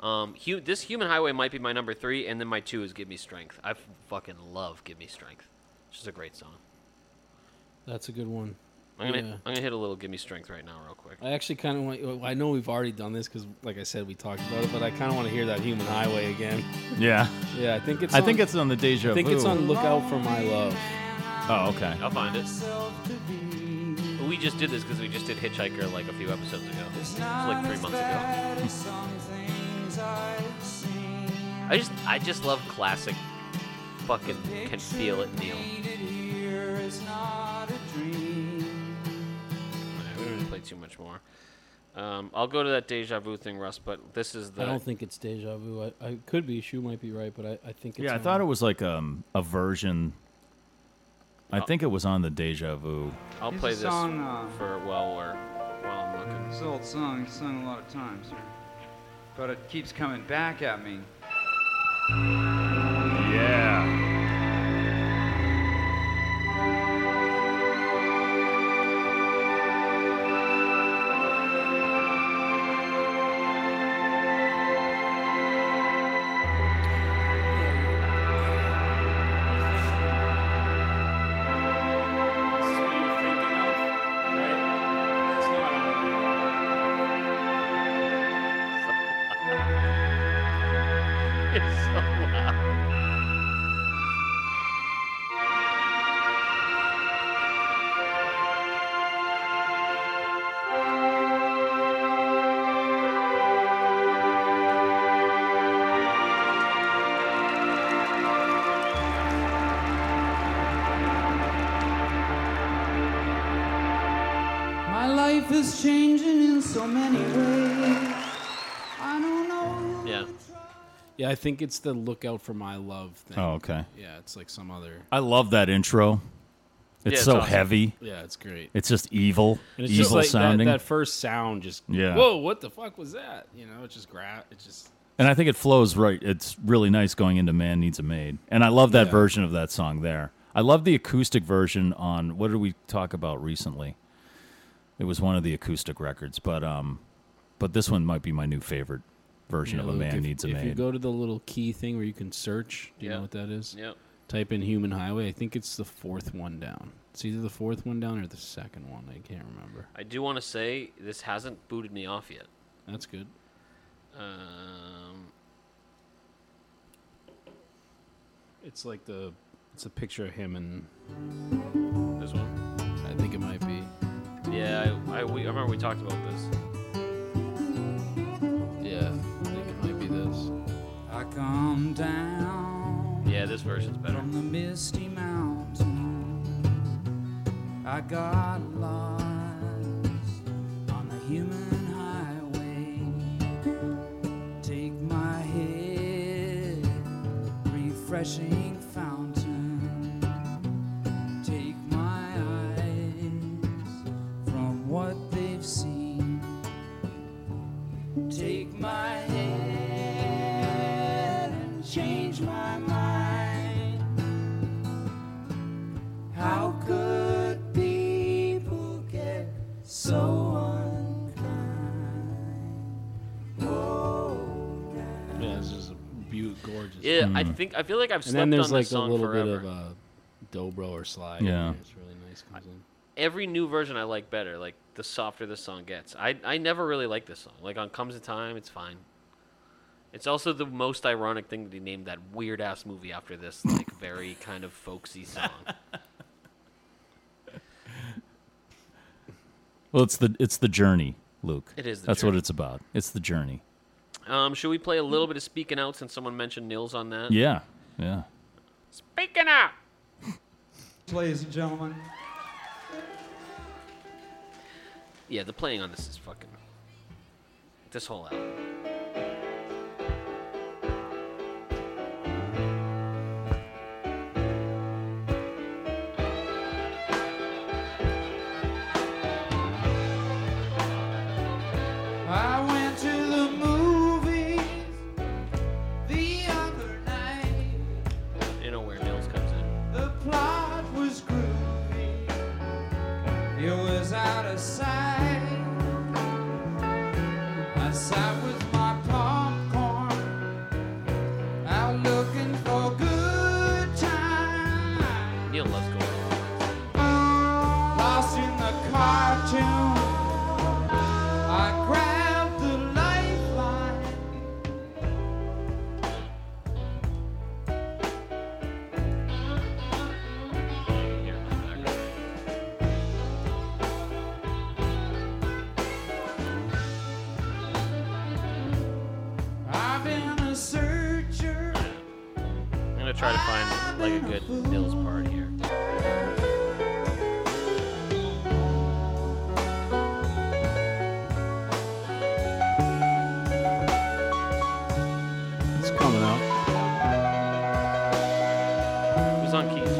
Speaker 2: Um, hu- this Human Highway might be my number three, and then my two is Give Me Strength. I f- fucking love Give Me Strength. Which is a great song.
Speaker 4: that's a good one.
Speaker 2: I'm gonna
Speaker 4: Yeah.
Speaker 2: I'm gonna hit a little Give Me Strength right now, real quick.
Speaker 4: I actually kind of want. well, I know we've already done this because, like I said, we talked about it. But I kind of want to hear that Human Highway again.
Speaker 3: Yeah,
Speaker 4: Yeah, I think it's.
Speaker 3: I
Speaker 4: on-
Speaker 3: think it's on the Deja Vu.
Speaker 4: I think it's on Look Out for My Love.
Speaker 3: Oh, okay.
Speaker 2: I'll find it. We just did this because we just did Hitchhiker like a few episodes ago. It's like three months ago. I just I just love classic fucking can feel it Neil. Alright, we don't need to play too much more. Um, I'll go to that deja vu thing, Russ, but this is the
Speaker 4: I don't think it's Deja Vu. I, I could be. Shu might be right, but I, I think it's.
Speaker 3: Yeah, I
Speaker 4: on-
Speaker 3: thought it was like um, a version. I think it was on the Deja Vu.
Speaker 2: I'll
Speaker 7: Here's
Speaker 2: play
Speaker 7: a
Speaker 2: this
Speaker 7: song, uh,
Speaker 2: for while we're while I'm looking.
Speaker 7: This old song, it's sung a lot of times, here, but it keeps coming back at me.
Speaker 3: Yeah.
Speaker 2: It's so loud.
Speaker 6: My life is changing in so many ways.
Speaker 2: Yeah.
Speaker 4: Yeah, I think it's the "Look Out for My Love" thing.
Speaker 3: Oh, okay.
Speaker 4: Yeah, it's like some other.
Speaker 3: I love that intro. It's
Speaker 2: it's
Speaker 3: so
Speaker 2: awesome.
Speaker 3: heavy.
Speaker 4: Yeah, it's great.
Speaker 3: It's just evil,
Speaker 4: And it's
Speaker 3: evil
Speaker 4: just like
Speaker 3: sounding.
Speaker 4: That, that first sound just.
Speaker 3: Yeah.
Speaker 4: Whoa! What the fuck was that? You know, it's just grab. It's just.
Speaker 3: And I think it flows right. It's really nice going into Man Needs a Maid. And I love that version of that song there. I love the acoustic version on what did we talk about recently? It was one of the acoustic records, but um but this one might be my new favorite version of a
Speaker 4: Look,
Speaker 3: man
Speaker 4: if,
Speaker 3: needs a
Speaker 4: If you
Speaker 3: maid.
Speaker 4: go to the little key thing where you can search, do you
Speaker 2: Yeah.
Speaker 4: know what that is?
Speaker 2: Yep.
Speaker 4: Type in "Human Highway." I think it's the fourth one down. It's either the fourth one down or the second one. I can't remember.
Speaker 2: I do want to say this hasn't booted me off yet.
Speaker 4: That's good.
Speaker 2: Um,
Speaker 4: It's like the. It's a picture of him and
Speaker 2: this one.
Speaker 4: I think it might be.
Speaker 2: Yeah, I, I, we, I remember we talked about this.
Speaker 4: Yeah, I think it might be this.
Speaker 6: I come down
Speaker 2: Yeah, this version's better.
Speaker 6: from the misty mountain. I got lost on the human highway. Take my head, refreshing fountain. Take my eyes from what they've seen. Take my head and change my mind. How could people get so unkind? Oh, now.
Speaker 4: Yeah, this is a beaut, gorgeous.
Speaker 2: Yeah, I think I feel like I've
Speaker 4: Hmm. And
Speaker 2: slept
Speaker 4: then there's
Speaker 2: on
Speaker 4: like
Speaker 2: this
Speaker 4: a
Speaker 2: song
Speaker 4: little
Speaker 2: forever.
Speaker 4: bit of a dobro or slide. in
Speaker 3: Yeah.
Speaker 4: there. it's really nice. Comes in.
Speaker 2: Every new version I like better. Like the softer this song gets. I I never really liked this song. Like on Comes a Time, it's fine. It's also the most ironic thing that he named that weird ass movie after this, like very kind of folksy song.
Speaker 3: Well, it's the it's the journey, Luke.
Speaker 2: It is the
Speaker 3: That's what
Speaker 2: journey.
Speaker 3: it's about. It's the journey.
Speaker 2: Um, should we play a little bit of Speaking Out since someone mentioned Nils on that?
Speaker 3: Yeah. Yeah.
Speaker 2: Speaking Out.
Speaker 7: Ladies and gentlemen,
Speaker 2: Yeah, the playing on this is fucking. This whole album.
Speaker 6: I went to the movies the other night.
Speaker 2: You know where Nils comes in.
Speaker 6: The plot was groovy. It was out of sight. I sat with my popcorn, out looking for good time.
Speaker 2: Neil loves going.
Speaker 6: Lost in the cartoon. I grabbed the lifeline.
Speaker 2: Here, in the background.
Speaker 6: I've been a searcher.
Speaker 2: I'm gonna try to find like a good Nils part here.
Speaker 4: It's coming out.
Speaker 2: Who's on keys?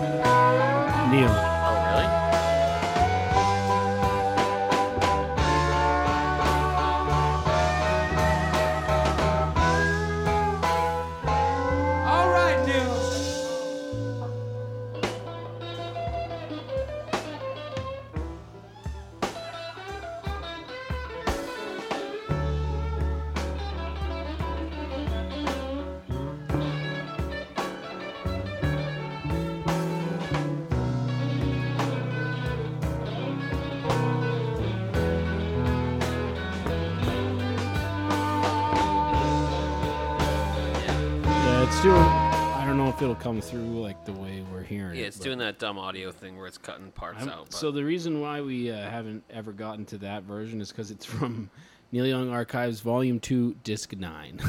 Speaker 4: Neil.
Speaker 2: Oh, really?
Speaker 6: All right, Neil.
Speaker 4: Yeah, it's doing. I don't know if it'll come through like the way we're hearing.
Speaker 2: Yeah, it's
Speaker 4: it, but
Speaker 2: doing that dumb audio thing where it's cutting parts
Speaker 4: I'm-
Speaker 2: out. But
Speaker 4: So the reason why we uh, haven't ever gotten to that version is because it's from Neil Young Archives Volume Two, Disc Nine.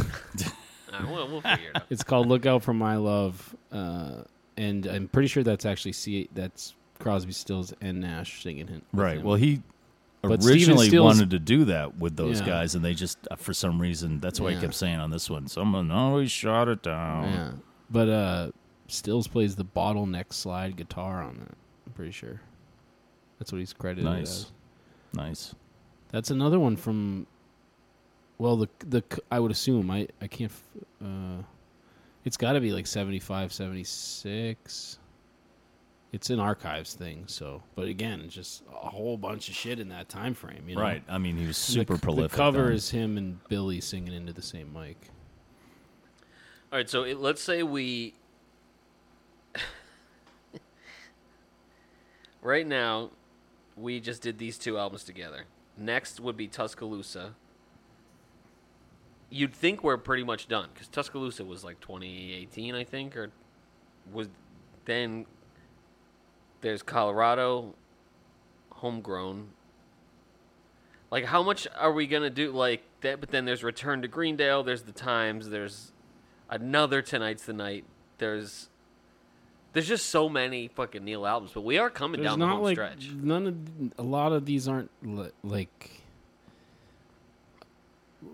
Speaker 2: uh, we'll, we'll figure it out.
Speaker 4: it's called "Look Out for My Love," uh, and I'm pretty sure that's actually C. That's Crosby, Stills, and Nash singing it. with
Speaker 3: Right.
Speaker 4: him.
Speaker 3: Well, he
Speaker 4: But Steven
Speaker 3: originally
Speaker 4: Stills-
Speaker 3: wanted to do that with those
Speaker 4: Yeah.
Speaker 3: guys, and they just uh, for some reason that's why I
Speaker 4: Yeah.
Speaker 3: kept saying on this one, someone always shot it down.
Speaker 4: Yeah. But uh Stills plays the bottleneck slide guitar on that. I'm pretty sure. That's what he's credited
Speaker 3: Nice,
Speaker 4: as.
Speaker 3: nice.
Speaker 4: That's another one from well the the c- I would assume I I can't f- uh it's got to be like 75 76. It's an archives thing, so but again, it's just a whole bunch of shit in that time frame, you know.
Speaker 3: Right. I mean, he was
Speaker 4: And the
Speaker 3: super
Speaker 4: c-
Speaker 3: prolific.
Speaker 4: The cover
Speaker 3: then.
Speaker 4: is him and Billy singing into the same mic.
Speaker 2: All right, so it, let's say we. right now, we just did these two albums together. Next would be Tuscaloosa. You'd think we're pretty much done because Tuscaloosa was like 2018, I think, or was then. There's Colorado, homegrown. Like, how much are we gonna do like that? But then there's Return to Greendale. There's the Times. There's another tonight's the night. There's there's just so many fucking Neil albums, but we are coming
Speaker 4: There's
Speaker 2: down the
Speaker 4: not
Speaker 2: home
Speaker 4: like
Speaker 2: stretch.
Speaker 4: none of a lot of these aren't li- like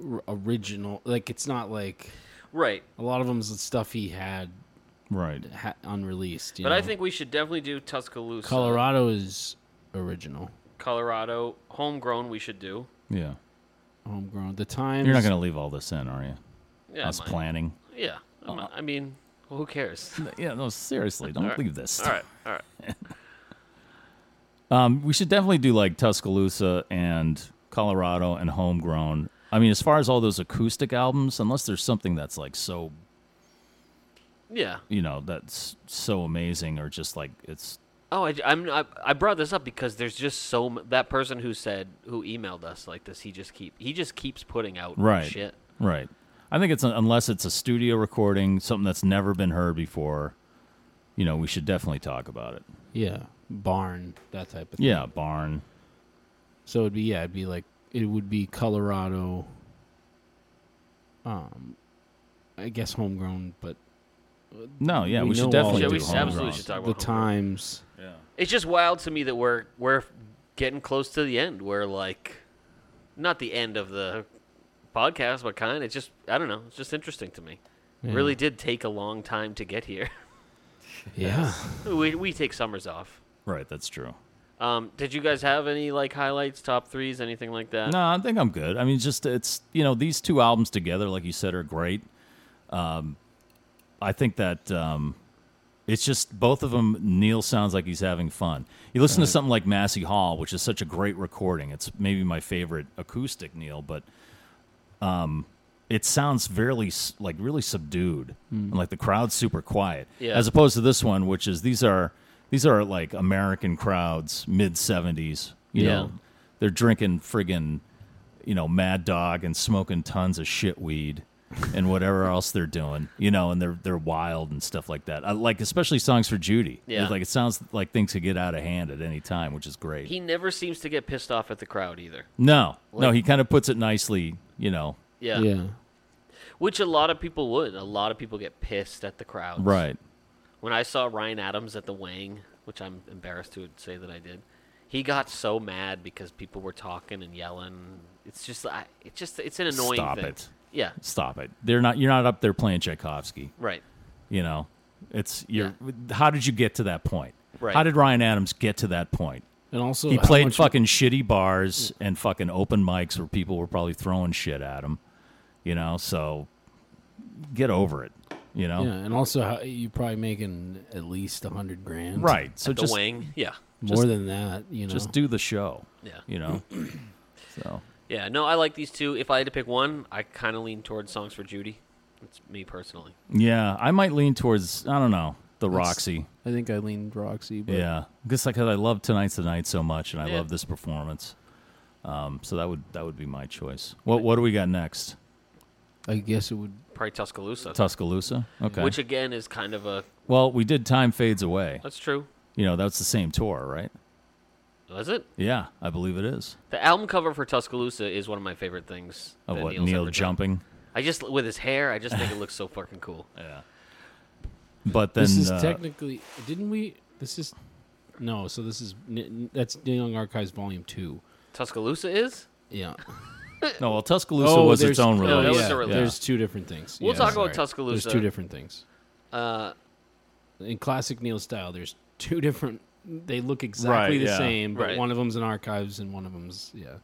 Speaker 4: r- original. Like it's not like
Speaker 2: Right.
Speaker 4: a lot of them is stuff he had
Speaker 3: right.
Speaker 4: ha- unreleased. you
Speaker 2: But I
Speaker 4: know?
Speaker 2: think we should definitely do Tuscaloosa.
Speaker 4: Colorado is original,
Speaker 2: Colorado. Homegrown we should do.
Speaker 3: Yeah.
Speaker 4: homegrown. The times
Speaker 3: You're not going to leave all this in, are you?
Speaker 2: Yeah.
Speaker 3: Us
Speaker 2: mine.
Speaker 3: planning.
Speaker 2: Yeah.
Speaker 4: Uh-huh.
Speaker 2: I'm not- I mean, who cares?
Speaker 3: Yeah. No, seriously, don't
Speaker 2: right.
Speaker 3: leave this.
Speaker 2: all right. All right.
Speaker 3: Um, we should definitely do like Tuscaloosa and Colorado and Homegrown. I mean, as far as all those acoustic albums, unless there's something that's like so,
Speaker 2: Yeah.
Speaker 3: you know, that's so amazing or just like it's
Speaker 2: Oh, I, am I, I brought this up because there's just so m- that person who said who emailed us like this. He just keep he just keeps putting out
Speaker 3: Right.
Speaker 2: shit.
Speaker 3: Right. I think it's unless it's a studio recording, something that's never been heard before. You know, we should definitely talk about it.
Speaker 4: yeah, barn that type of thing.
Speaker 3: Yeah, Barn.
Speaker 4: So it'd be yeah, it'd be like it would be Colorado. Um, I guess homegrown, but
Speaker 3: No, yeah, we,
Speaker 4: We know
Speaker 3: should
Speaker 4: all
Speaker 3: definitely
Speaker 4: Yeah,
Speaker 3: do
Speaker 4: we
Speaker 2: should-
Speaker 3: Homegrown.
Speaker 2: absolutely should talk about
Speaker 4: the
Speaker 2: Homegrown.
Speaker 4: times.
Speaker 2: It's just wild to me that we're we're getting close to the end. We're like, not the end of the podcast, but kind. It's just I don't know. It's just interesting to me. It Really did take a long time to get here.
Speaker 4: Yeah.
Speaker 2: we we take summers off.
Speaker 3: Right, that's true.
Speaker 2: Um, did you guys have any like highlights, top threes, anything like that?
Speaker 3: No, I think I'm good. I mean, just it's you know these two albums together, like you said, are great. Um, I think that um, it's just both of them. Neil sounds like he's having fun. You listen to something like Massey Hall, which is such a great recording. It's maybe my favorite acoustic Neil, but um, it sounds fairly s- like really subdued, and like the crowd's super quiet.
Speaker 2: Hmm. Yeah.
Speaker 3: As opposed to this one, which is these are these are like American crowds, mid seventies. You
Speaker 2: Yeah.
Speaker 3: know, they're drinking friggin' you know Mad Dog and smoking tons of shit weed and whatever else they're doing, you know, and they're they're wild and stuff like that. I like especially songs for Judy.
Speaker 2: Yeah.
Speaker 3: It's like it sounds like things could get out of hand at any time, which is great.
Speaker 2: He never seems to get pissed off at the crowd either.
Speaker 3: no, no, he kind of puts it nicely, you know.
Speaker 2: Yeah.
Speaker 4: yeah.
Speaker 2: Which a lot of people would. A lot of people get pissed at the crowd.
Speaker 3: Right.
Speaker 2: When I saw Ryan Adams at the Wang, which I'm embarrassed to say that I did, he got so mad because people were talking and yelling. It's just, I, it's just, it's an annoying
Speaker 3: Stop
Speaker 2: thing.
Speaker 3: it.
Speaker 2: Yeah.
Speaker 3: Stop it. They're not. You're not up there playing Tchaikovsky.
Speaker 2: Right.
Speaker 3: You know. It's you're. How did you get to that point?
Speaker 2: Right.
Speaker 3: How did Ryan Adams get to that point?
Speaker 4: And also
Speaker 3: He
Speaker 4: how
Speaker 3: played
Speaker 4: much-
Speaker 3: fucking shitty bars and fucking open mics where people were probably throwing shit at him. You know, so get over it. You know,
Speaker 4: Yeah, and also how, you're probably making at least a hundred grand,
Speaker 3: right? So
Speaker 2: At the
Speaker 3: just
Speaker 2: Wang. Yeah.
Speaker 4: More than that, you know.
Speaker 3: just do the show.
Speaker 2: Yeah.
Speaker 3: You know, so
Speaker 2: Yeah. No, I like these two. If I had to pick one, I kind of lean towards Songs for Judy. It's me personally.
Speaker 3: yeah, I might lean towards I don't know the Roxy.
Speaker 4: I think I leaned Roxy, but
Speaker 3: Yeah, just like 'cause I love tonight's the night so much, and I
Speaker 2: Yeah.
Speaker 3: love this performance. Um, so that would that would be my choice. What what do we got next?
Speaker 4: I guess it would.
Speaker 2: Probably Tuscaloosa.
Speaker 3: Tuscaloosa. Okay.
Speaker 2: Which again is kind of a,
Speaker 3: well, we did time fades away.
Speaker 2: that's true.
Speaker 3: You know, that's the same tour, right?
Speaker 2: Was it?
Speaker 3: Yeah, I believe it is.
Speaker 2: The album cover for Tuscaloosa is one of my favorite things.
Speaker 3: Of
Speaker 2: that
Speaker 3: what
Speaker 2: Neil's
Speaker 3: Neil
Speaker 2: ever done.
Speaker 3: jumping.
Speaker 2: I just with his hair, I just think it looks so fucking cool.
Speaker 3: But then
Speaker 4: this is
Speaker 3: uh,
Speaker 4: technically. Didn't we? This is no. So this is n- n- that's Neil Young Archives Volume Two.
Speaker 2: Tuscaloosa is.
Speaker 4: Yeah.
Speaker 3: No, well, Tuscaloosa
Speaker 4: Oh,
Speaker 3: was
Speaker 4: there's-
Speaker 3: its own
Speaker 4: oh,
Speaker 2: that
Speaker 3: release.
Speaker 2: was a release.
Speaker 4: There's two different things.
Speaker 2: We'll
Speaker 4: Yeah,
Speaker 2: talk about
Speaker 4: sorry.
Speaker 2: Tuscaloosa.
Speaker 4: There's two different things.
Speaker 2: Uh,
Speaker 4: In classic Neil style, there's two different. They look exactly the
Speaker 3: yeah.
Speaker 4: same, but
Speaker 2: Right.
Speaker 4: one of them's in archives and one of them's yeah.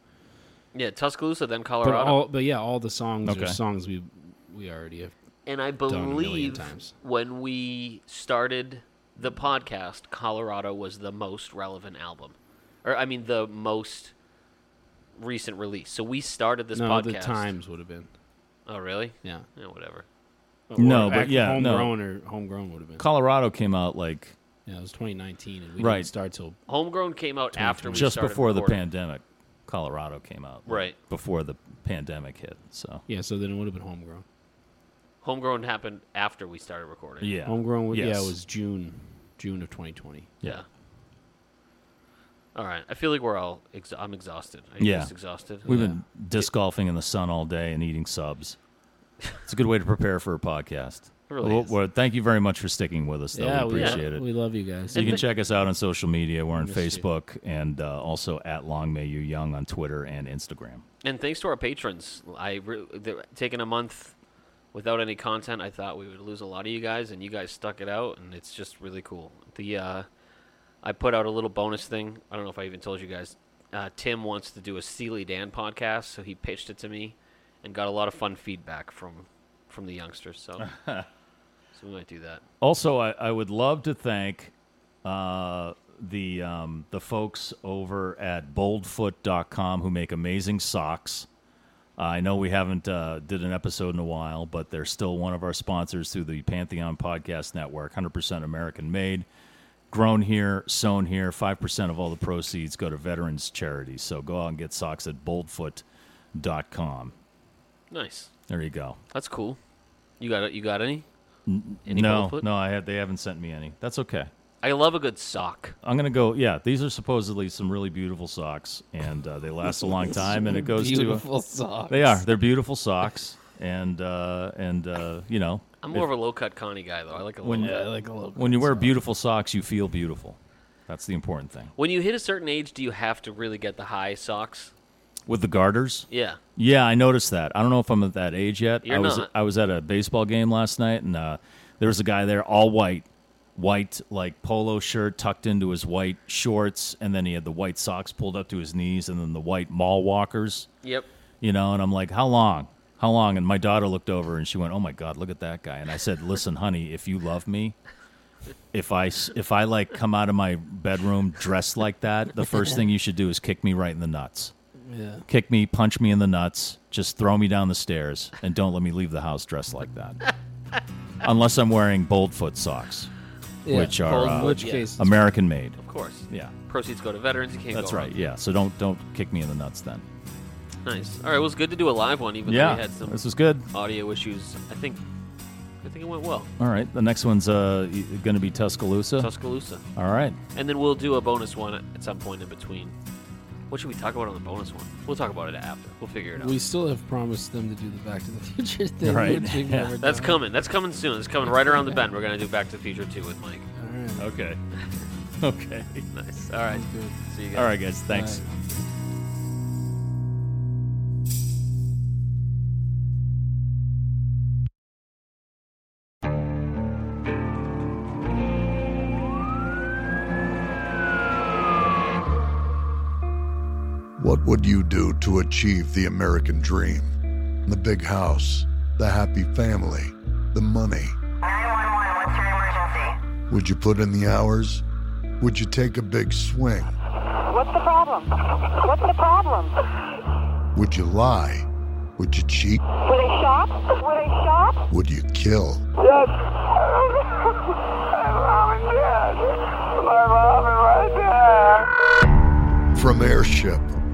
Speaker 2: yeah, Tuscaloosa, then
Speaker 4: But
Speaker 2: Colorado.
Speaker 4: all, but yeah, all the songs
Speaker 3: Okay.
Speaker 4: are songs we we already have.
Speaker 2: and I
Speaker 4: a million
Speaker 2: believe
Speaker 4: times.
Speaker 2: when we started the podcast, Colorado was the most relevant album, or I mean, the most recent release. So we started this
Speaker 4: no,
Speaker 2: podcast.
Speaker 4: the times would have been.
Speaker 2: Oh, really?
Speaker 4: Yeah.
Speaker 2: Yeah, whatever.
Speaker 3: No,
Speaker 4: Or
Speaker 3: but
Speaker 4: act-
Speaker 3: yeah, no.
Speaker 4: homegrown or homegrown would have been.
Speaker 3: Colorado came out like
Speaker 4: Yeah, it was 2019, and we
Speaker 3: Right.
Speaker 4: didn't start till
Speaker 2: Homegrown came out after we
Speaker 3: just
Speaker 2: started
Speaker 3: before the
Speaker 2: recording.
Speaker 3: pandemic. Colorado came out like,
Speaker 2: Right.
Speaker 3: before the pandemic hit. So
Speaker 4: yeah. So then it would have been homegrown.
Speaker 2: Homegrown happened after we started recording.
Speaker 3: yeah,
Speaker 4: Homegrown, would, yeah,
Speaker 3: Yes.
Speaker 4: it was June, June of 2020.
Speaker 3: yeah.
Speaker 2: All right. I feel like we're all. Ex- I'm exhausted. Are you
Speaker 3: Yeah.
Speaker 2: just exhausted?
Speaker 3: We've been disc golfing in the sun all day and eating subs. It's a good way to prepare for a podcast.
Speaker 2: It really
Speaker 3: well,
Speaker 2: is.
Speaker 3: well, thank you very much for sticking with us. Though we appreciate it.
Speaker 4: We love you guys.
Speaker 3: you can check us out on social media. We're on Facebook and uh, also at Long May You Young on Twitter and Instagram.
Speaker 2: And thanks to our patrons, I re- the- taking a month without any content. I thought we would lose a lot of you guys, and you guys stuck it out, and it's just really cool. The uh, I put out a little bonus thing. I don't know if I even told you guys. Uh, Tim wants to do a Steely Dan podcast, so he pitched it to me, and got a lot of fun feedback from from the youngsters. So, so we might do that.
Speaker 3: Also, I, I would love to thank uh, the um, the folks over at boldfoot.com who make amazing socks. I know we haven't uh, did an episode in a while, but they're still one of our sponsors through the Pantheon Podcast Network, 100% American made, grown here, sewn here. 5% of all the proceeds go to veterans charities. So go out and get socks at boldfoot.com.
Speaker 2: Nice.
Speaker 3: There you go.
Speaker 2: That's cool. You got You got any? Any
Speaker 3: no,
Speaker 2: Boldfoot?
Speaker 3: no, I have, they haven't sent me any. That's okay.
Speaker 2: I love a good sock.
Speaker 3: I'm gonna go. Yeah, these are supposedly some really beautiful socks, and uh, they last a long time. And it goes to
Speaker 4: beautiful socks.
Speaker 3: they are they're beautiful socks, and uh, and uh, you know
Speaker 2: I'm more of a low cut Connie guy though. I like a low
Speaker 3: when uh,
Speaker 4: Yeah, I like a little.
Speaker 3: when you wear beautiful socks, you feel beautiful. That's the important thing.
Speaker 2: When you hit a certain age, do you have to really get the high socks?
Speaker 3: With the garters,
Speaker 2: Yeah.
Speaker 3: yeah, I noticed that. I don't know if I'm at that age yet.
Speaker 2: You're
Speaker 3: I was
Speaker 2: not.
Speaker 3: I was at a baseball game last night, and uh, there was a guy there, all white, white like polo shirt tucked into his white shorts, and then he had the white socks pulled up to his knees, and then the white mall walkers.
Speaker 2: Yep.
Speaker 3: you know and i'm like how long how long and my daughter looked over and she went oh my god look at that guy and i said listen honey if you love me if i s- if i like come out of my bedroom dressed like that the first thing you should do is kick me right in the nuts
Speaker 4: Yeah.
Speaker 3: kick me punch me in the nuts just throw me down the stairs and don't let me leave the house dressed like that unless i'm wearing boldfoot socks which are
Speaker 2: Bold
Speaker 3: uh,
Speaker 4: in which
Speaker 2: yeah.
Speaker 4: case,
Speaker 3: american made
Speaker 2: Of course.
Speaker 3: yeah
Speaker 2: Proceeds go to veterans. You can't
Speaker 3: that's
Speaker 2: go
Speaker 3: right
Speaker 2: wrong.
Speaker 3: yeah so don't don't kick me in the nuts then
Speaker 2: Nice. All right. Well, it was good to do a live one, even though we
Speaker 3: yeah
Speaker 2: had some
Speaker 3: this was good
Speaker 2: audio issues. I think. I think it went well.
Speaker 3: All right. The next one's uh, going to be Tuscaloosa.
Speaker 2: Tuscaloosa.
Speaker 3: All right.
Speaker 2: And then we'll do a bonus one at- at some point in between. What should we talk about on the bonus one? We'll talk about it after. We'll figure it out.
Speaker 4: we still have promised them to do the Back to the Future thing,
Speaker 3: Right.
Speaker 4: which we've
Speaker 3: Yeah.
Speaker 4: never
Speaker 2: That's
Speaker 4: done.
Speaker 2: coming. That's coming soon. It's coming right around the bend. We're gonna do Back to the Future 2 with Mike.
Speaker 4: All right.
Speaker 3: Okay. okay.
Speaker 2: Nice. All right.
Speaker 4: Good.
Speaker 2: See you guys.
Speaker 3: All right, guys. Thanks.
Speaker 4: Bye.
Speaker 1: What would you do to achieve the American dream? The big house, the happy family, the money.
Speaker 8: 911, what's your emergency?
Speaker 1: Would you put in the hours? Would you take a big swing?
Speaker 8: What's the problem? What's the problem?
Speaker 1: Would you lie? Would you cheat?
Speaker 8: Were they shot? Were they shot?
Speaker 1: Would you kill?
Speaker 8: Yes. My mom and dad. My mom is right there.
Speaker 1: From Airship,